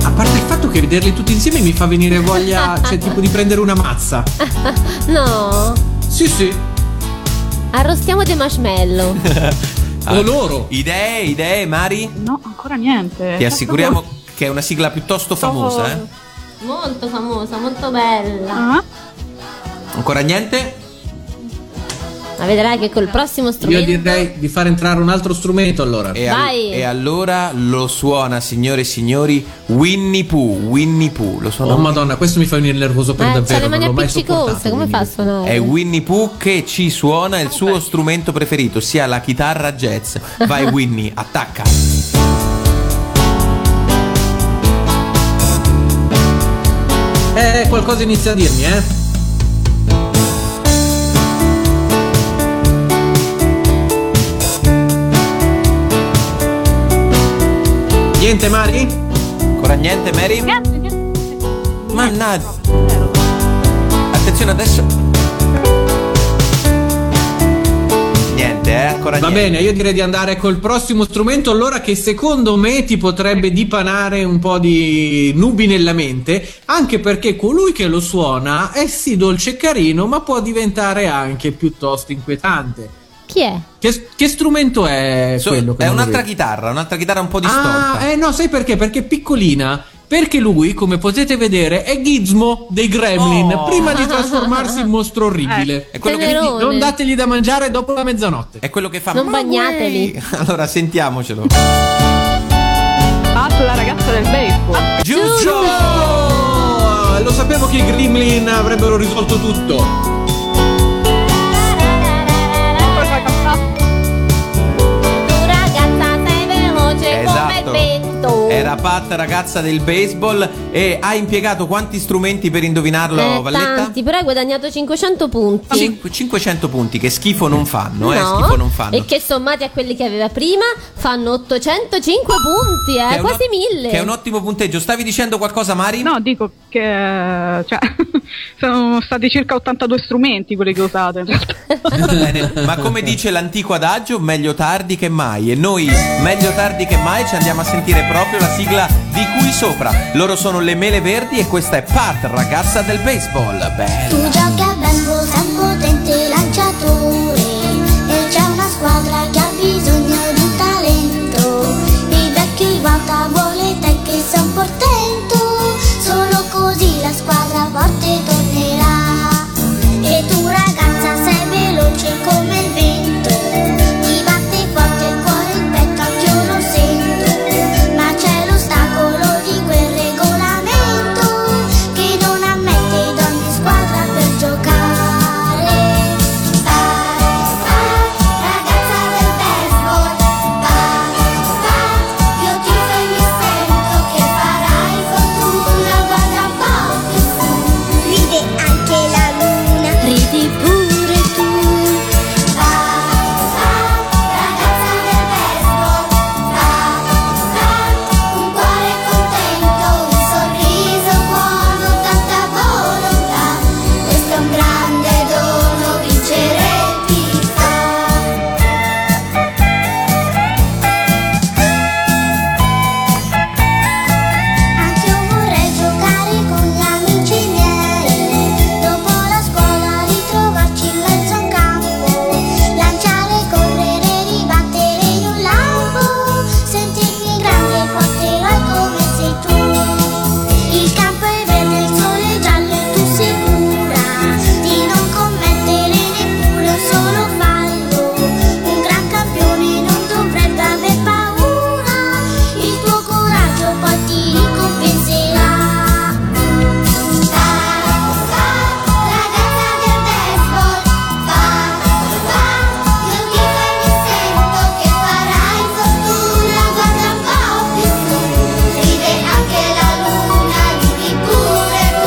A parte il fatto che vederli tutti insieme mi fa venire voglia, cioè, tipo di prendere una mazza.
no,
Sì, sì.
arrostiamo dei marshmallow.
o loro. Ah, Idee, idee, Mari?
No, ancora niente. Certo
Ti assicuriamo che è una sigla piuttosto famosa, eh?
Molto famosa, molto
Ah?
bella.
Ancora niente?
Ma vedrai che col prossimo
Io
strumento. Eh,
direi di far entrare un altro strumento allora.
E, al-
Vai.
e allora lo suona, signore e signori, Winnie Pooh, Winnie Pooh, lo suona.
Oh madonna, questo mi fa venire nervoso per
Eh, c'ha
davvero.
le mani
non l'ho mai
appiccicose,
sopportato.
come fa a suonare?
È Winnie Pooh che ci suona il suo strumento preferito, sia la chitarra jazz. Vai Winnie, attacca.
Eh, qualcosa inizia a dirmi, eh. Niente Mari?
Ancora niente Mary? Mannaggia. Attenzione adesso. Niente, eh, ancora
Va
niente.
bene, io direi di andare col prossimo strumento, allora che secondo me ti potrebbe dipanare un po' di nubi nella mente, anche perché colui che lo suona è sì dolce e carino, ma può diventare anche piuttosto inquietante.
Chi è?
Che, che strumento è
So-
quello? che
è
non
un'altra
vedo?
chitarra, un'altra chitarra un po' distorta.
Ah, eh no, sai perché? Perché è piccolina. Perché lui, come potete vedere, è Gizmo dei Gremlin,
Oh. Eh,
prima di trasformarsi in mostro orribile.
È quello che-
Quindi non dategli da mangiare dopo la mezzanotte.
È quello che fa.
Non
"Ma
bagnateli."
uè". Allora sentiamocelo.
Fatto la ragazza del baseball.
Ah. Giusto! Lo sapevo che i Gremlin avrebbero risolto tutto. Esatto.
Pat, Esatto. ragazza del baseball, e ha impiegato quanti strumenti per indovinarlo,
Eh,
Valletta?
tanti, però hai guadagnato 500 punti.
Cinque- 500 punti, che schifo non fanno, eh,
No,
schifo non fanno.
E che sommati a quelli che aveva prima fanno 805 punti,
Che
eh,
è un
quasi
ot-
1000.
Che è un ottimo punteggio. Stavi dicendo qualcosa, Mari?
No, dico che eh, cioè, sono stati circa 82 strumenti quelli che usate.
Bene, ma come dice l'antico adagio, meglio tardi che mai. E noi, meglio tardi che mai, ci andiamo a sentire proprio la sigla di qui sopra. Loro sono le mele verdi e questa è Pat, ragazza del baseball. Bella.
Tu giochi a baseball, sei un potente lanciatore E c'è una squadra che ha bisogno di talento I vecchi guarda vuole te che son portento Solo così la squadra forte tornerà E tu ragazza sei veloce come il vento Ti batte forte il cuore in petto, anch'io lo sento Ma c'è l'ostacolo di quel regolamento Che non ammette ad ogni squadra per giocare Pat, Pat, ragazza del baseball Pat, Pat, io ti sogno e sento che farai fortuna Guarda un po' più su, ride anche la luna Ridi pure tu Pat, Pat, ragazza del baseball Pat, Pat, un cuore contento, un sorriso buono, tanta volontà Questo è un grande dono, vincere ti fa Anch'io vorrei giocare con gli amici miei Dopo la scuola ritrovarci in mezzo a un campo Lanciare, correre, ribattere in un lampo Sentirmi grande e forte eroe come sei tu Il campo è verde, il sole è giallo e tu sicura Di non commettere neppure un solo fallo Un gran campione non dovrebbe aver paura Il tuo coraggio poi ti ricompenserà Ragazza del baseball, fa, fa, io ti sogno e sento che farai fortuna, guarda un po' più su, ride anche la luna, ridi pure tu,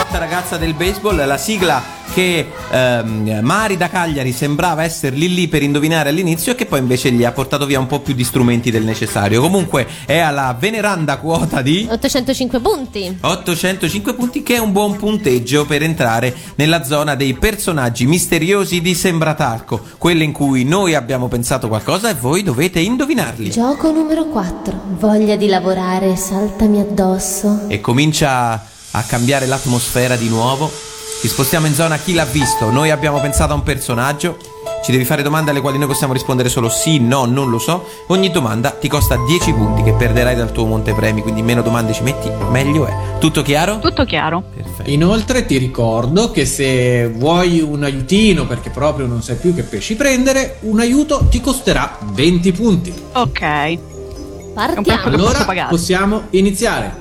Questa ragazza del baseball, la sigla che ehm, Mari da Cagliari sembrava essere lì lì per indovinare all'inizio e che poi invece gli ha portato via un po' più di strumenti del necessario. Comunque è alla veneranda quota di
805 punti.
805 punti che è un buon punteggio per entrare nella zona dei personaggi misteriosi di Sembratalco, quelle in cui noi abbiamo pensato qualcosa e voi dovete indovinarli.
Gioco numero 4. Voglia di lavorare, saltami addosso.
E comincia a cambiare l'atmosfera di nuovo. Ci spostiamo in zona chi l'ha visto. Noi abbiamo pensato a un personaggio. Ci devi fare domande alle quali noi possiamo rispondere solo sì, no, non lo so. Ogni domanda ti costa 10 punti che perderai dal tuo montepremi, quindi meno domande ci metti, meglio è. Tutto chiaro?
Tutto chiaro.
Inoltre ti ricordo che se vuoi un aiutino perché proprio non sai più che pesci prendere, un aiuto ti costerà 20 punti.
Ah, Ok.
Partiamo.
Allora possiamo iniziare.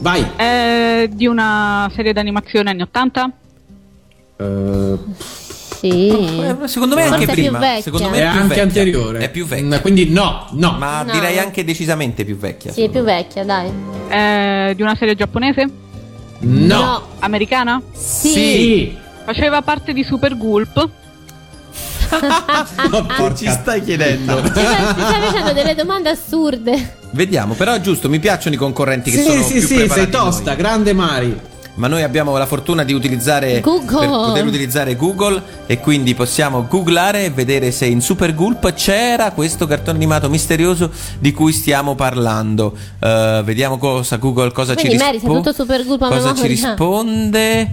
Vai.
È Eh, di una serie d'animazione anni 80?
Eh,
Sì.
Secondo me anche prima. secondo me
È anche
vecchia.
anteriore. Mm,
È più vecchia.
Quindi no, no.
Ma
No.
direi anche decisamente più vecchia.
Sì, è più vecchia, dai.
È Eh, di una serie giapponese?
No.
Americana?
Sì.
Sì.
Faceva parte di Super Gulp?
Oh,
Ci stai chiedendo.
Ti stai facendo delle domande assurde.
Vediamo, però è giusto, mi piacciono i concorrenti che
Sì,
sono
sì,
più
sì,
preparati
sei
di noi.
tosta, grande Mari.
Ma noi abbiamo la fortuna di utilizzare
Google.
per poter utilizzare Google e quindi possiamo googlare e vedere se in Super Gulp c'era questo cartone animato misterioso di cui stiamo parlando. Eh, vediamo cosa Google cosa
Quindi
ci
merita tutto
risponde.
super group a
Cosa
memoria.
ci risponde?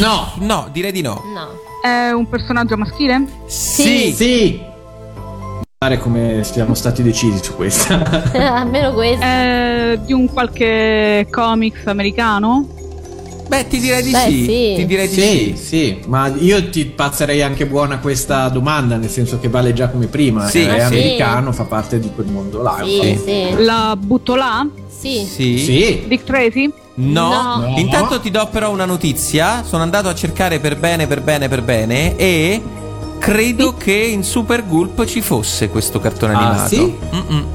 No, no, direi di no.
No.
È un personaggio maschile?
Sì. Sì. Pare come siamo stati decisi su questa.
Almeno questo.
È di un qualche comics americano?
Beh, ti direi di
Beh, sì. sì.
Ti direi di
sì, sì, ma io ti pazzerei anche buona questa domanda, nel senso che vale già come prima, Cioè,
Sì,
è
sì.
americano, fa parte di quel mondo là.
Ah, Sì,
La butto là?
Sì.
Sì.
Dick Tracy?
Eh, No.
No.
intanto ti do però una notizia. Sono andato a cercare per bene, per bene, per bene e credo che in Super Gulp ci fosse questo cartone animato.
sì?
Mm-mm.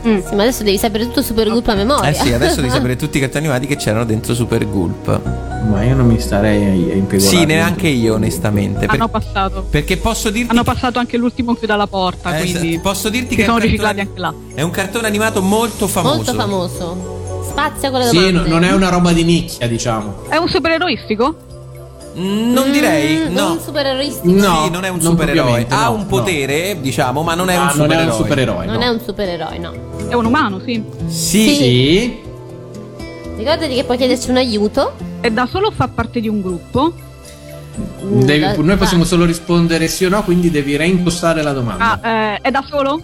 Sì, ma adesso devi sapere tutto super gruppo a memoria.
Eh sì, adesso devi sapere tutti i cartoni animati che c'erano dentro Super Gulp.
Ma io non mi starei a impiegare.
Sì, neanche io onestamente. per-
Hanno passato.
perché posso dirti
Hanno passato anche l'ultimo chiude la porta,
Eh,
quindi
esatto. posso dirti
si
che è un
sono
cartone-
riciclati anche là.
è un cartone animato molto famoso.
Molto famoso. Spazia con le
Sì,
domande.
no- non è una roba di nicchia, diciamo.
È un supereroistico?
Non direi,
Mm,
no.
Un supereroistico.
No, non è un
non
supereroe.
propriamente,
Ha
no,
un potere, diciamo, ma non è
Ma
un
Ah, non è
supereroe.
un supereroe,
Non è un supereroe, no.
È un umano, sì.
Sì.
Sì.
Ricordati che puoi chiederci un aiuto.
E da solo fa parte di un gruppo.
Devi-
la-
Mm,
noi possiamo solo rispondere sì o no, quindi devi reimpostare la domanda.
Ah, eh, è da solo?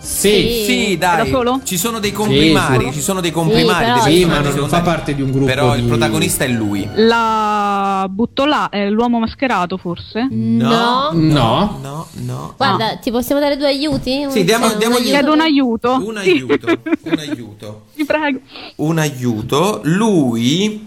Sì.
Sì,
È da
dai.
solo?
Ci sono dei comprimari,
sì.
ci sono dei comprimari.
però-
dei
Sì,
Sì, ma
personaggi
non- non fa
secondari.
parte di un gruppo.
Però il
di-
protagonista è lui.
La butto là, è l'uomo mascherato forse?
No.
Mm. No.
No, no.
Guarda, ti possiamo dare due aiuti? Un-
Ah. Sì, diamo-
un
diamogli-
aiuto.
Chiedo un aiuto.
Ah, Un aiuto, un aiuto.
Ti prego.
Un aiuto. Lui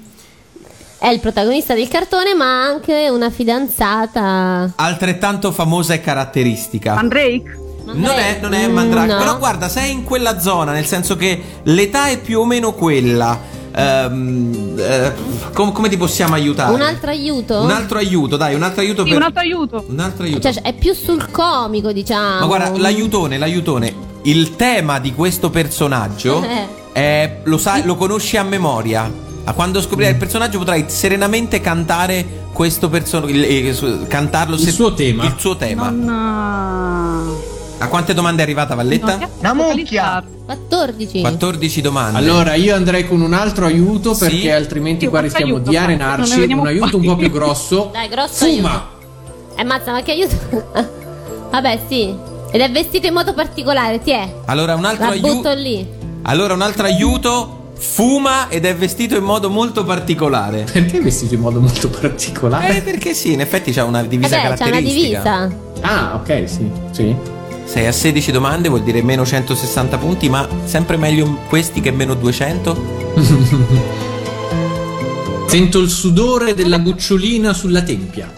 È il protagonista del cartone, ma ha anche una fidanzata.
altrettanto famosa e caratteristica.
Mandrake?
Non è, non è
Mm,
Mandrake.
no.
Però guarda, sei in quella zona, nel senso che l'età è più o meno quella. Ehm, eh, com- come ti possiamo aiutare?
Un altro aiuto?
Ah. Un altro aiuto, dai, un altro aiuto
Sì,
per.
un altro aiuto.
un altro aiuto.
Cioè, è più sul comico, diciamo.
Ma guarda, l'aiutone, l'aiutone. Il tema di questo personaggio
Eh.
è- lo, sai- lo conosci a memoria. A Quando scoprirai il personaggio potrai serenamente cantare questo personaggio. cantarlo
Il suo tema.
Il suo tema.
Non...
A quante domande è arrivata Valletta?
Una mucchia!
14.
14 domande.
Allora io andrei con un altro aiuto
Sì.
perché altrimenti
Io
qua
quanto
rischiamo
aiuto,
di
ma non ne
arenarci.
veniamo
Un aiuto un po' più grosso.
Dai, grosso aiuto.
Fuma.
Eh, mazza, ma che aiuto. Vabbè, sì. Ed è vestito in modo particolare, ti è.
Allora un altro
La butto
aiuto.
lì.
Allora un altro aiuto. Fuma ed è vestito in modo molto particolare.
Perché è vestito in modo molto particolare?
Eh, perché sì, in effetti c'ha una divisa
Vabbè, c'ha Eh una
caratteristica.
divisa.
Ah, ok, sì. Sì.
Sei a 16 domande, vuol dire meno 160 punti, ma sempre meglio questi che meno 200.
Sento il sudore della gocciolina sulla tempia.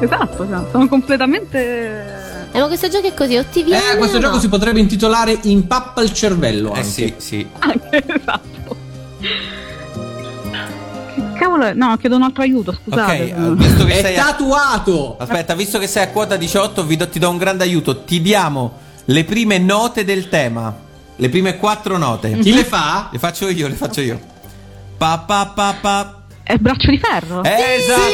Esatto, esatto, sono completamente...
Eh, ma questo gioco è così, o ti viene
Eh, questo
o
gioco
no?
si potrebbe intitolare Impappa il cervello.
Eh
Anche.
sì, sì.
Anche, esatto. Che cavolo è? No, chiedo un altro aiuto, scusate.
Ok, eh, visto che
È
sei a...
tatuato!
Aspetta, visto che sei a quota 18, vi do- ti do un grande aiuto. Ti diamo le prime note del tema. Le prime quattro note.
Chi le fa?
Le faccio io, le faccio io. Pa pa pa pa.
È il braccio di ferro?
Eh, Esatto!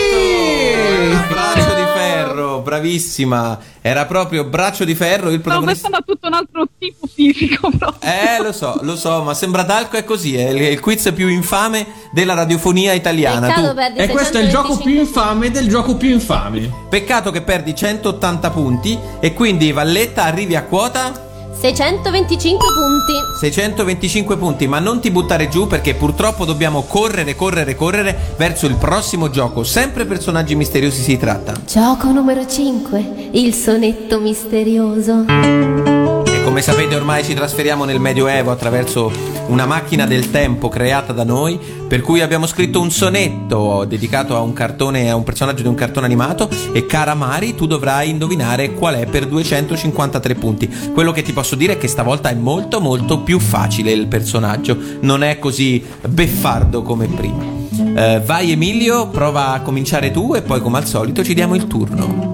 Braccio di ferro, bravissima. Era proprio braccio di ferro il
Stavo
protagonista.
pensando a tutto un altro tipo fisico proprio.
Eh, lo so, lo so, ma sembra talco è così, è il, il quiz più infame della radiofonia italiana.
Peccato,
Tu-
perdi
E questo è il gioco più
625.
infame del gioco più infame.
Peccato che perdi 180 punti e quindi Valletta arrivi a quota
625 punti.
625 punti, ma non ti buttare giù perché purtroppo dobbiamo correre, correre, correre verso il prossimo gioco, sempre personaggi misteriosi si tratta.
Gioco numero 5, il sonetto misterioso.
E come sapete ormai ci trasferiamo nel Medioevo attraverso una macchina del tempo creata da noi, per cui abbiamo scritto un sonetto dedicato a un cartone, a un personaggio di un cartone animato e cara Mari tu dovrai indovinare qual è per 253 punti. Quello che ti posso dire è che stavolta è molto molto più facile il personaggio, non è così beffardo come prima. Eh, vai Emilio, prova a cominciare tu e poi come al solito ci diamo il turno.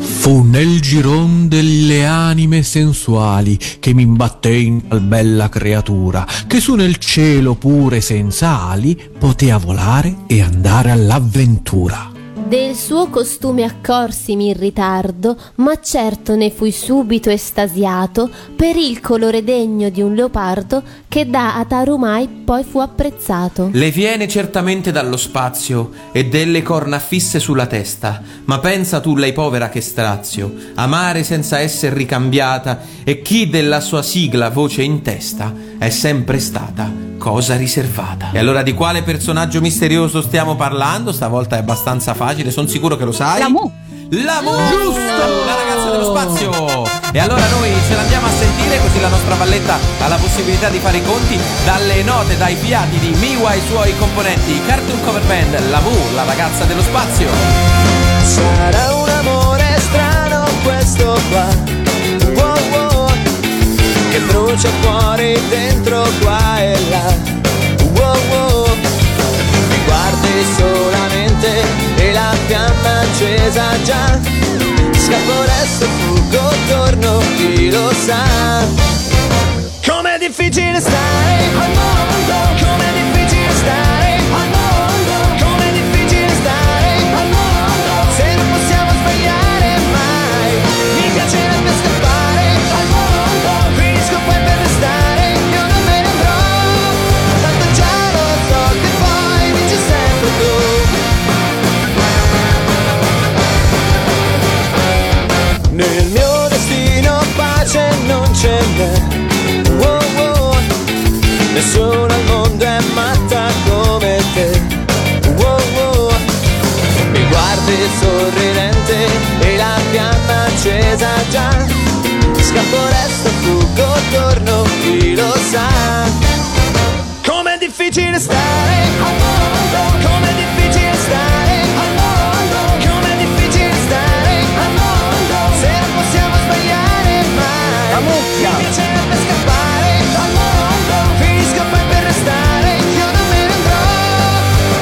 Fu nel giron delle anime sensuali che mi imbatté in tal bella creatura, che su nel cielo pure senza ali poteva volare e andare all'avventura.
Del suo costume accorsimi in ritardo, ma certo ne fui subito estasiato per il colore degno di un leopardo che da Atarumai poi fu apprezzato.
Le viene certamente dallo spazio e delle corna fisse sulla testa, ma pensa tu lei povera che strazio, amare senza esser ricambiata e chi della sua sigla voce in testa è sempre stata cosa riservata. E allora di quale personaggio misterioso stiamo parlando? Stavolta è abbastanza facile, sono sicuro che lo sai.
La Mu.
La Mu! Giusto! La ragazza dello spazio! E allora noi ce l'andiamo a sentire così la nostra valletta ha la possibilità di fare i conti dalle note, dai fiati di Miwa e i suoi componenti, Cartoon Cover Band, la Mu, la ragazza dello spazio.
Sarà un amore strano questo qua Wow, wow. Che brucia fuori dentro qua e là Wow, wow. Mi guardi solamente e la fiamma accesa già Scappo adesso, fugo, torno, chi lo sa Com'è difficile stare al mondo Com'è difficile stare al mondo Com'è difficile stare al mondo Se non possiamo sbagliare mai Mi piacerebbe scappare al mondo Finisco poi per restare Io non me ne andrò Tanto già lo so che poi vinci sempre tu Nel mio destino pace non c'è n'è Oh, oh, oh. Nessuno al mondo è matta come te Oh, oh, oh. Mi guardi sorridente e la fiamma accesa già Scappo resto, fugo, torno, chi lo sa Com'è difficile stare al mondo Com'è difficile stare al mondo Com'è difficile stare al mondo Se non possiamo sbagliare mai La mucchia Mi piacerebbe scappare al mondo Finisco poi per restare Io non me ne andrò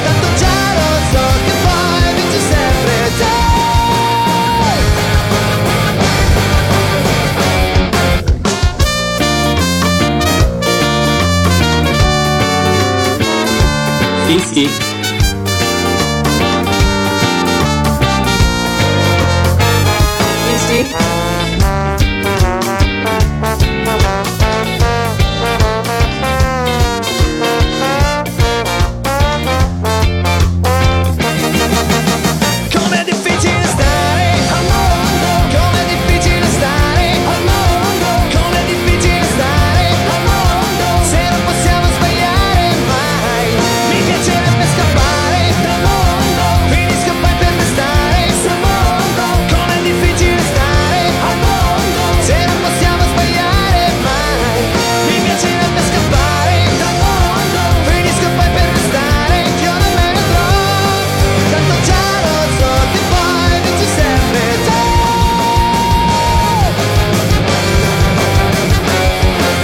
Tanto già lo so che poi vinci sempre te
Sì, sì.
Sì, Com'è difficile stare al mondo Com'è difficile stare al mondo Com'è difficile stare al mondo Se non possiamo sbagliare mai Mi piacerebbe scappare dal mondo Finisco poi per restare sul mondo Com'è difficile stare al mondo Se non possiamo sbagliare mai Mi piacerebbe scappare dal mondo Finisco e poi per restare Io non me ne andrò Tanto già lo so che poi vinci sempre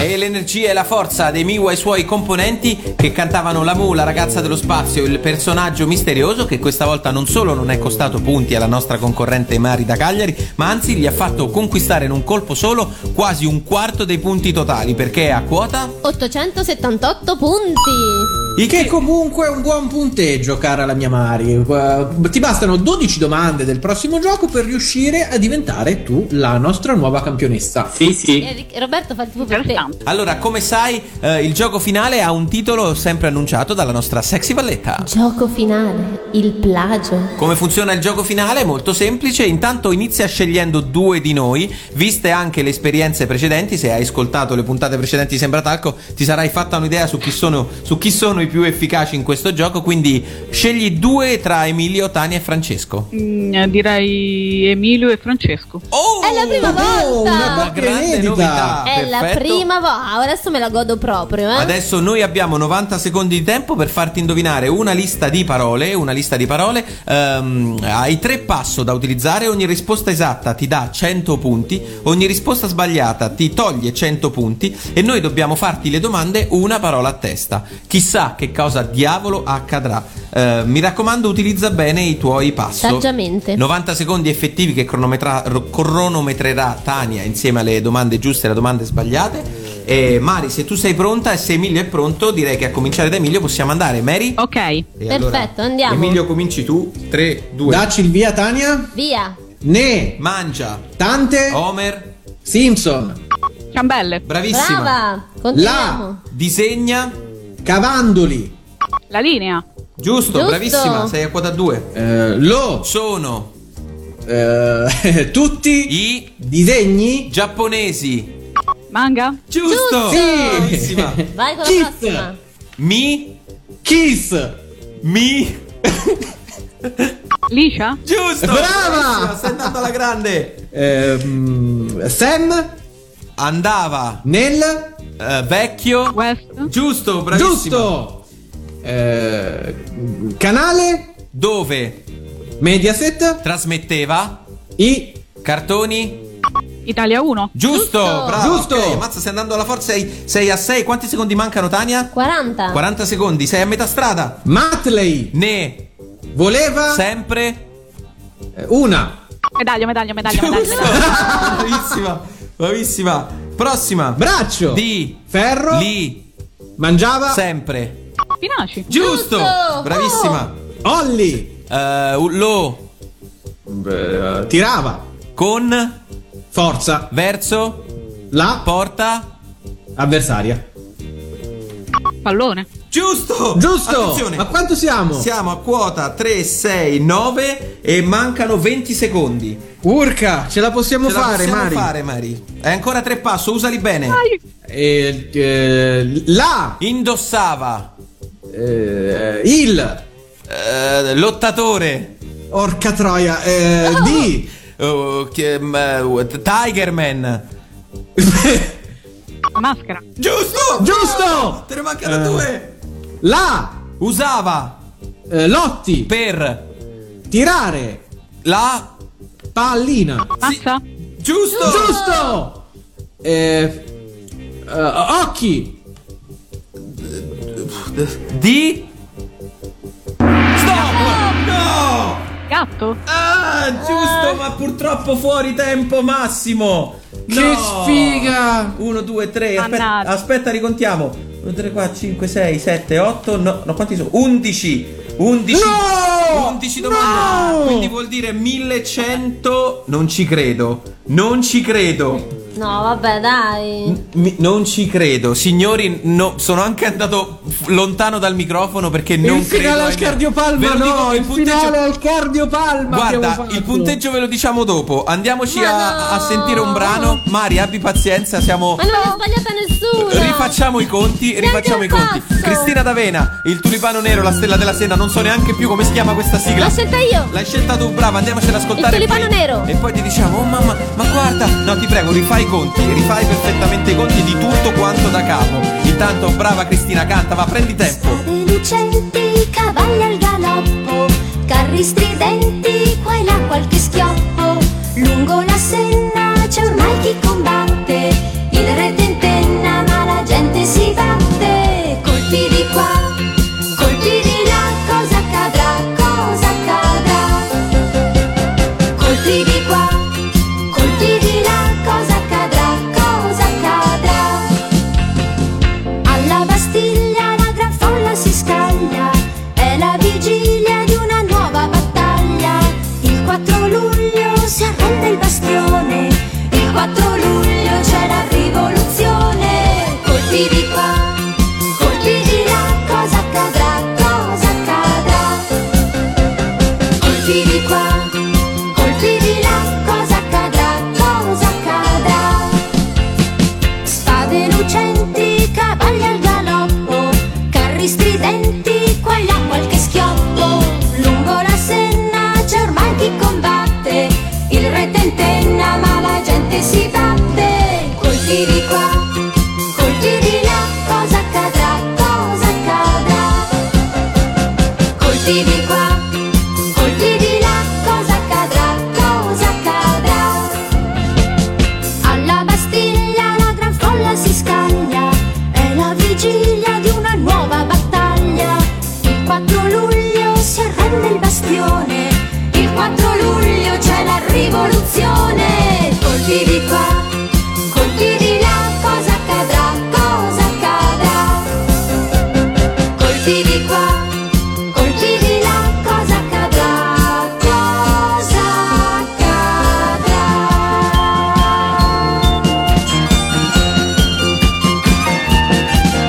E l'energia e la forza dei Miwa e i suoi componenti che cantavano la Mu, la ragazza dello spazio, il personaggio misterioso che questa volta non solo non è costato punti alla nostra concorrente Mari da Cagliari, ma anzi gli ha fatto conquistare in un colpo solo quasi un quarto dei punti totali perché è a quota
878 punti.
che comunque è un buon punteggio, cara la mia Mari. Eh, Ti bastano 12 domande del prossimo gioco per riuscire a diventare tu la nostra nuova campionessa.
Sì, sì.
Eh, Roberto fa il tifo per te.
Allora, come sai, eh, il gioco finale ha un titolo sempre annunciato dalla nostra sexy valletta.
Gioco finale, il plagio.
Come funziona il gioco finale? È Molto semplice, intanto inizia scegliendo due di noi, viste anche le esperienze precedenti, se hai ascoltato le puntate precedenti di Sembra Talco ti sarai fatta un'idea su chi, sono, su chi sono i più efficaci in questo gioco, quindi scegli due tra Emilio, Tania e Francesco.
Mm, direi Emilio e Francesco.
è la prima volta.
grande inedita. novità,
È la
Ah, perfetto.
prima volta. Adesso me la godo proprio, eh.
Adesso noi abbiamo 90 secondi di tempo per farti indovinare una lista di parole, una lista di parole, ehm, hai tre passo da utilizzare, ogni risposta esatta ti dà 100 punti, ogni risposta sbagliata ti toglie 100 punti e noi dobbiamo farti le domande una parola a testa. Chissà che cosa diavolo accadrà. Eh, mi raccomando utilizza bene i tuoi passo.
Saggiamente.
90 secondi effettivi che cronometra- ro- cronometrerà Tania insieme alle domande giuste e alle domande sbagliate. E Mari, se tu sei pronta e se Emilio è pronto, direi che a cominciare da Emilio possiamo andare. Mary?
Ok.
Perfetto, andiamo.
Emilio, cominci tu. 3, 2.
Dacci il via, Tania.
Via.
Ne.
Mangia.
Tante.
Homer.
Simpson.
Ciambelle.
Bravissima.
Brava. Continuiamo.
La.
Disegna.
Cavandoli.
La linea.
Giusto,
Giusto.
bravissima. Sei a quota 2.
Eh, lo. Eh,
Sono.
tutti.
I.
Disegni.
Giapponesi.
Manga.
Giusto.
Sì.
Bravissima.
Vai con la
Kiss.
prossima.
Mi.
Kiss.
Mi.
Liscia.
Giusto.
Brava.
Bravissima, Stai andando alla grande.
Ehm, Sam.
Andava.
Nel.
eh, vecchio.
West.
Giusto, bravissima.
Giusto. Eh, canale.
Dove?
Mediaset
trasmetteva
i
cartoni
Italia 1.
Giusto, bravo.
Giusto.
Ok, Mazza, stai andando alla forza. Sei, sei a 6. Quanti secondi mancano, Tania?
40.
40 secondi, sei a metà strada.
Matley
ne
voleva eh,
sempre
una.
Medaglia, medaglia, medaglia, medaglia.
Bravissima, bravissima. Prossima.
Braccio
di
ferro
li
mangiava
sempre.
Finaci.
Giusto, bravissima.
Olli
Eh, lo
tirava
con
forza
verso
la
porta
avversaria.
Pallone.
Giusto!
Giusto!
Attenzione.
A quanto siamo?
Siamo a quota 3, 6, 9 e mancano 20 secondi.
Urca, ce la possiamo
Ce la
fare,
possiamo
Mari. Ah,
fare, Mari. Hai ancora tre passo, usali bene.
Eh, eh, la
Indossava
eh, il
eh, lottatore
orca troia eh, di
eh, che- m- eh, Tiger Man.
Maschera.
Giusto!
giusto
Te ne mancano
Eh.
due.
la
Usava
eh, lotti
per
tirare
la
pallina
Mazza.
Giusto!
giusto eh, eh, occhi
di Stop! No!
Gatto.
Ah,
Eh.
giusto, ma purtroppo fuori tempo massimo.
Che sfiga!
1, 2, 3, aspetta,
Mannaggia.
aspetta, ricontiamo. 1, 2, 3, 4, 5, 6, 7, 8, no, no quanti sono? 11. 11.
No!
11 domande.
No!
Quindi vuol dire 1100. Non ci credo. Non ci credo.
No, vabbè, dai.
Mi- non ci credo, signori. no, sono anche andato f- lontano dal microfono perché non
il
credo.
finale
ai
al
miei- Ve
cardiopalma
lo dico,
no il,
punteggio-
finale al cardiopalma abbiamo
Guarda,
fatto.
il punteggio ve lo diciamo dopo. Andiamoci a,
Ma no!
a sentire un brano. Mari, abbi pazienza, siamo.
Ma non l'ha sbagliata nessuno.
Rifacciamo i conti,
Neanche
rifacciamo
un
i conti.
passo.
Cristina D'Avena, il tulipano nero, la stella della sera, non so neanche più come si chiama questa sigla.
L'ho scelta io.
L'hai scelta tu, brava, andiamoci ad ascoltare.
Il tulipano
poi-
nero.
E poi ti diciamo, oh mamma, ma guarda. No, ti prego, rifai i conti, rifai perfettamente i conti di tutto quanto da capo. Intanto, brava Cristina, canta, va, prendi tempo.
Strade lucenti, cavalli al galoppo, carri stridenti, qua e là qualche schioppo. Lungo la senna c'è ormai chi combatte, il re tentenna ma la gente si batte. Colpi di qua, colpi di là, cosa accadrà, cosa accadrà? Colpi di qua, colpi di là, cosa accadrà, cosa accadrà? Alla Bastiglia la gran folla si scaglia, è la vigilia di una nuova battaglia. Il 4 luglio si arrende il bastione, il 4 luglio c'è la rivoluzione. Colpi di qua, colpi di là, cosa accadrà, cosa accadrà? Colpi di qua, colpi di là, cosa accadrà, cosa accadrà? Spade lucenti, cavalli al galoppo, carri stridenti, qua e là qualche schioppo. Lungo la senna c'è ormai chi combatte, il re tentenna ma la gente si batte. Colpi di qua, colpi di là, cosa accadrà, cosa accadrà? Colpi di qua, colpi di là, cosa accadrà, cosa accadrà? Alla Bastiglia la gran folla si scaglia, è la vigilia di una nuova battaglia. Il 4 luglio si arrende il bastione, il 4 luglio c'è la rivoluzione. Colpi di qua, colpi di là, cosa accadrà, cosa accadrà? Colpi di qua, colpi di là, cosa accadrà, cosa accadrà?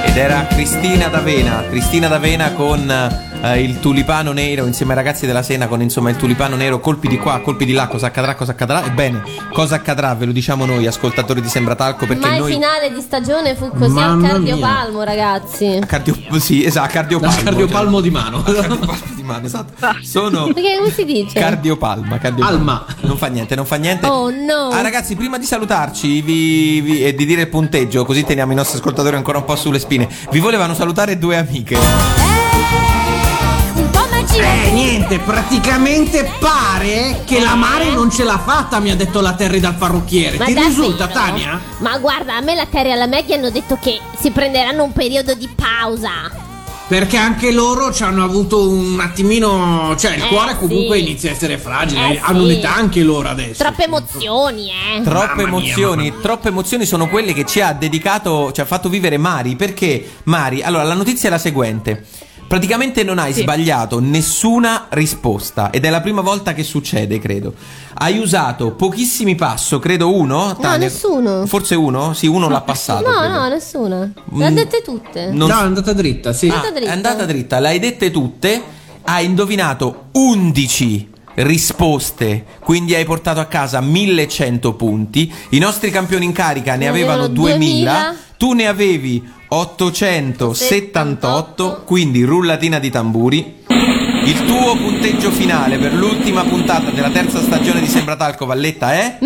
Ed era Cristina D'Avena, Cristina D'Avena con eh, il tulipano nero insieme ai ragazzi della Sena con insomma il tulipano nero, colpi di qua, colpi di là, cosa accadrà, cosa accadrà? Ebbene, cosa accadrà? Ve lo diciamo noi ascoltatori di Sembratalco perché
Ma il
noi
finale di stagione fu così al
Mamma
cardiopalmo, ragazzi.
a cardio- sì, esatto, a cardiopalmo.
Dal cardiopalmo di mano
cioè, a cardiopalmo di mano, esatto. Sono
Perché come si dice?
Cardiopalma, cardiopalma.
Alma.
Non fa niente, non fa niente.
Oh, no.
Ah, ragazzi, prima di salutarci vi- vi- e di dire il punteggio, così teniamo i nostri ascoltatori ancora un po' sulle spine. Vi volevano salutare due amiche.
Eh, un po' magica
Beh, niente, praticamente pare che la Mare non ce l'ha fatta, mi ha detto la Terry dal parrucchiere.
Eh? Ma
Ti
davvero?
risulta, Tania?
Ma guarda, a me la Terry e la Maggie hanno detto che si prenderanno un periodo di pausa.
Eh
Perché anche loro ci hanno avuto un attimino. Cioè, il
Eh,
cuore comunque
sì.
inizia a essere fragile.
Eh,
hanno
sì.
un'età anche loro adesso.
Troppe emozioni, eh.
Troppe emozioni, troppe emozioni sono quelle che ci ha dedicato, ci ha fatto vivere Mari. Perché Mari, allora la notizia è la seguente. Praticamente non hai
Sì.
sbagliato nessuna risposta ed è la prima volta che succede, credo. Hai usato pochissimi passo, credo uno.
No, nessuno.
Forse uno? Sì, uno l'ha passato.
No,
credo.
no, nessuna.
Mm.
Le ha dette tutte.
andata dritta, sì.
È andata dritta.
Ah, È andata dritta, l'hai dette tutte, hai indovinato 11 risposte, quindi hai portato a casa 1100 punti. I nostri campioni in carica ne
Ne
avevano
avevano
2000,
2000.
tu ne avevi 878, quindi rullatina di tamburi. Il tuo punteggio finale per l'ultima puntata della terza stagione di Sembratalco Valletta è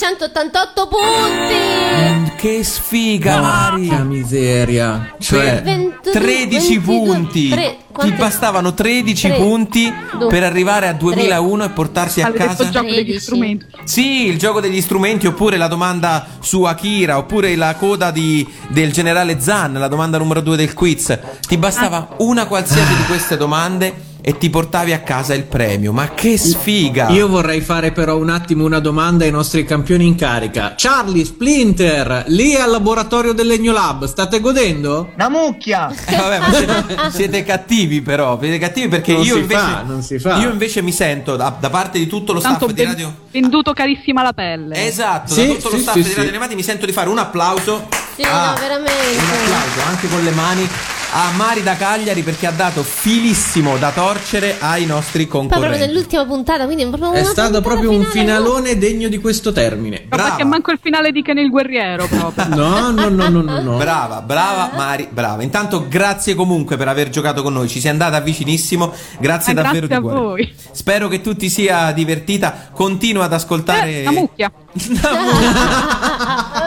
1988 punti.
Che sfiga, Mari!
Porca miseria.
Cioè,
22,
13 punti.
tre,
Ti
quanti-
bastavano 13
Tre,
punti
due,
per arrivare a
tre.
2001 e portarsi a
Avete
casa.
detto gioco degli strumenti.
Sì, il gioco degli strumenti, oppure la domanda su Akira, oppure la coda di- del generale Zan, la domanda numero 2 del quiz. Ti bastava una qualsiasi di queste domande e ti portavi a casa il premio. Ma che sfiga!
Io vorrei fare però un attimo una domanda ai nostri campioni in carica. Charlie Splinter, lì al laboratorio del Legno Lab, state godendo?
La mucchia!
Eh, vabbè, ma
Ah,
siete, siete cattivi però, siete cattivi perché
Non
io
si
invece
fa, non si fa.
io invece mi sento da, da parte di tutto lo
Tanto
staff di
ben-
Radio
venduto carissima la pelle.
Esatto,
Sì,
da tutto lo
sì,
staff
sì,
di Radio
sì.
Animati mi sento di fare un applauso.
Sì,
Ah.
no, veramente.
Un applauso anche con le mani a Mari da Cagliari perché ha dato filissimo da torcere ai nostri
Poi proprio
concorrenti.
nell'ultima puntata, quindi è proprio
È
una
stato
puntata
proprio un
finale, no?
finalone degno di questo termine.
Roba che manco il finale di Ken il guerriero proprio.
No, no, no, no, no. no.
Brava,
Ah.
brava Mari, brava. Intanto grazie comunque per aver giocato con noi, ci sei andata vicinissimo. Grazie
Ma
davvero
Ah, grazie a
di cuore.
voi.
Spero che tu ti sia divertita. Continua ad ascoltare
Eh, La mucchia.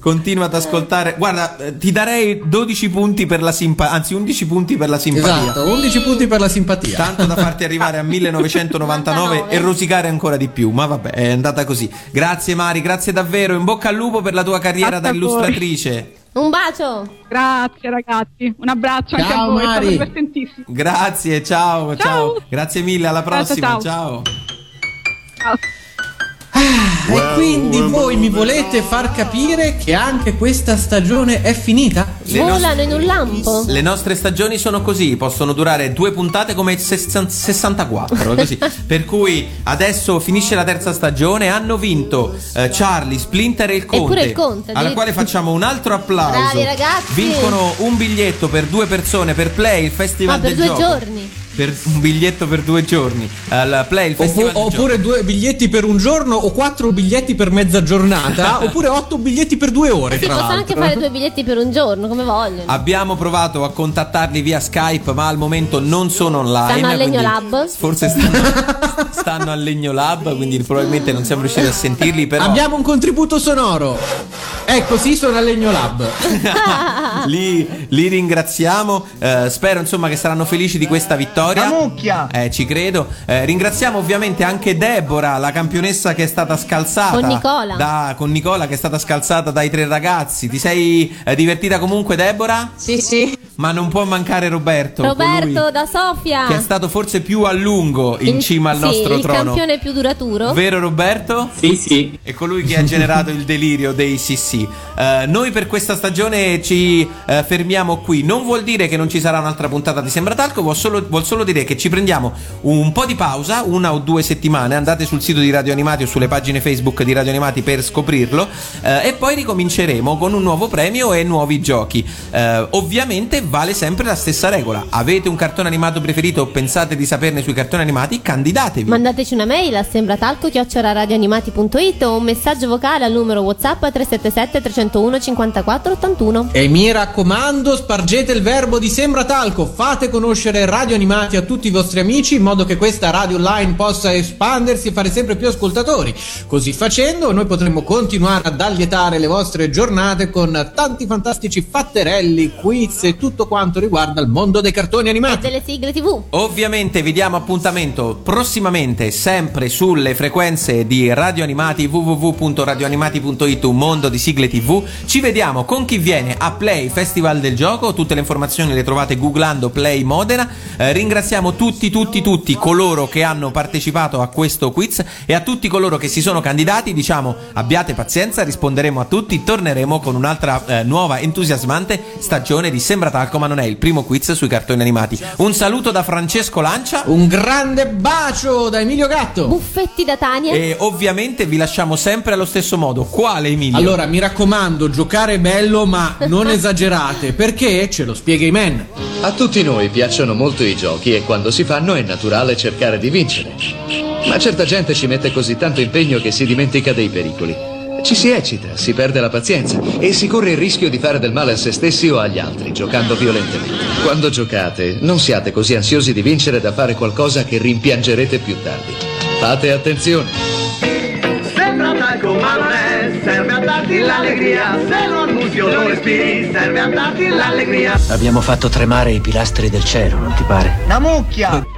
Continua ad ascoltare. Guarda, eh, ti darei 12 punti per la simpatia, anzi 11 punti per la simpatia.
Esatto, 11 punti per la simpatia.
Tanto da farti
Ah.
arrivare a 1999 e rosicare ancora di più, ma vabbè, è andata così. Grazie Mari, grazie davvero, in bocca al lupo per la tua carriera
Grazie
da
a voi.
illustratrice.
Un bacio.
Grazie ragazzi, un abbraccio anche a
Ciao,
voi, è stato
Mari.
divertentissimo.
Grazie, ciao, ciao, Grazie mille, alla
Ciao, ciao,
prossima,
ciao.
ciao.
E quindi voi mi volete far capire che anche questa stagione è finita?
Le nostre-
Volano in un lampo.
Le nostre stagioni sono così, possono durare due puntate come il 60 64. così. Per cui adesso finisce la terza stagione, hanno vinto eh, Charlie, Splinter e il Conte.
pure il Conte,
Alla
addirittura.
quale facciamo un altro applauso.
Bravi, ragazzi.
Vincono un biglietto per due persone per Play, il Festival
Ma per
del
due
Gioco.
giorni.
Per un biglietto per due giorni. Al Play, il Festival del Gioco.
oppure due biglietti per un giorno o quattro biglietti per mezza giornata oppure otto biglietti per due ore
Si
tra
possono anche
l'altro.
fare due biglietti per un giorno, come vogliono.
Abbiamo provato a contattarli via Skype, ma al momento non sono online.
Stanno al Legno
quindi
Lab.
Forse stanno, stanno al Legno Lab, quindi probabilmente non siamo riusciti a sentirli. Però
Abbiamo un contributo sonoro. Ecco, sì, sono al Legno Lab.
li, li ringraziamo. eh, spero insomma che saranno felici di questa vittoria. Eh, ci credo. Eh, ringraziamo ovviamente anche Deborah, la campionessa che è stata scalzata.
Con Nicola.
da- con Nicola, che è stata scalzata dai tre ragazzi. Ti sei eh, divertita comunque, Deborah?
Sì, sì.
Ma non può mancare Roberto. colui-
Roberto da Sofia.
che è stato forse più a lungo in
Il-
cima al
sì,
nostro
il
trono.
campione più duraturo.
Vero Roberto? Sì, sì. È colui che ha generato il delirio dei CC. Eh, noi per questa stagione ci eh, fermiamo qui. Non vuol dire che non ci sarà un'altra puntata di Sembra Talco, vuol solo, vuol solo dire che ci prendiamo un po' di pausa, una o due settimane. Andate sul sito di Radio Animati o sulle pagine Facebook di Radio Animati per scoprirlo. Eh, e poi ricominceremo con un nuovo premio e nuovi giochi. Eh, ovviamente vale sempre la stessa regola. Avete un cartone animato preferito o pensate di saperne sui cartoni animati? Candidatevi.
Mandateci una mail a sembratalco.radioanimati.it o un messaggio vocale al numero WhatsApp 377 301 54 81.
E mi raccomando, spargete il verbo di Sembra Talco, fate conoscere Radio Animati a tutti i vostri amici in modo che questa radio online possa espandersi e fare sempre più ascoltatori. Così facendo noi potremo continuare ad allietare le vostre giornate con tanti fantastici fatterelli, quiz e tutto tutto quanto riguarda il mondo dei cartoni animati.
delle sigle tv.
Ovviamente vi diamo appuntamento prossimamente sempre sulle frequenze di Radio Animati www.radioanimati.it un mondo di sigle tv ci vediamo con chi viene a Play Festival del Gioco tutte le informazioni le trovate googlando Play Modena Eh, ringraziamo tutti tutti tutti coloro che hanno partecipato a questo quiz e a tutti coloro che si sono candidati diciamo abbiate pazienza risponderemo a tutti torneremo con un'altra eh, nuova entusiasmante stagione di Sembra Talco ma non è il primo quiz sui cartoni animati un saluto da Francesco Lancia
un grande bacio da Emilio Gatto
Buffetti da Tania.
e ovviamente vi lasciamo sempre allo stesso modo quale Emilio?
Allora, mi raccomando, giocare è bello, ma non esagerate, perché ce lo spiega i men.
A tutti noi piacciono molto i giochi e quando si fanno è naturale cercare di vincere. Ma certa gente ci mette così tanto impegno che si dimentica dei pericoli. Ci si eccita, si perde la pazienza e si corre il rischio di fare del male a se stessi o agli altri giocando violentemente. Quando giocate, non siate così ansiosi di vincere da fare qualcosa che rimpiangerete più tardi. Fate attenzione.
Sembra talco ma non è, serve a darti l'allegria. Se lo annunzio non respiri, serve a darti l'allegria.
Abbiamo fatto tremare i pilastri del cielo, non ti pare?
Una mucchia!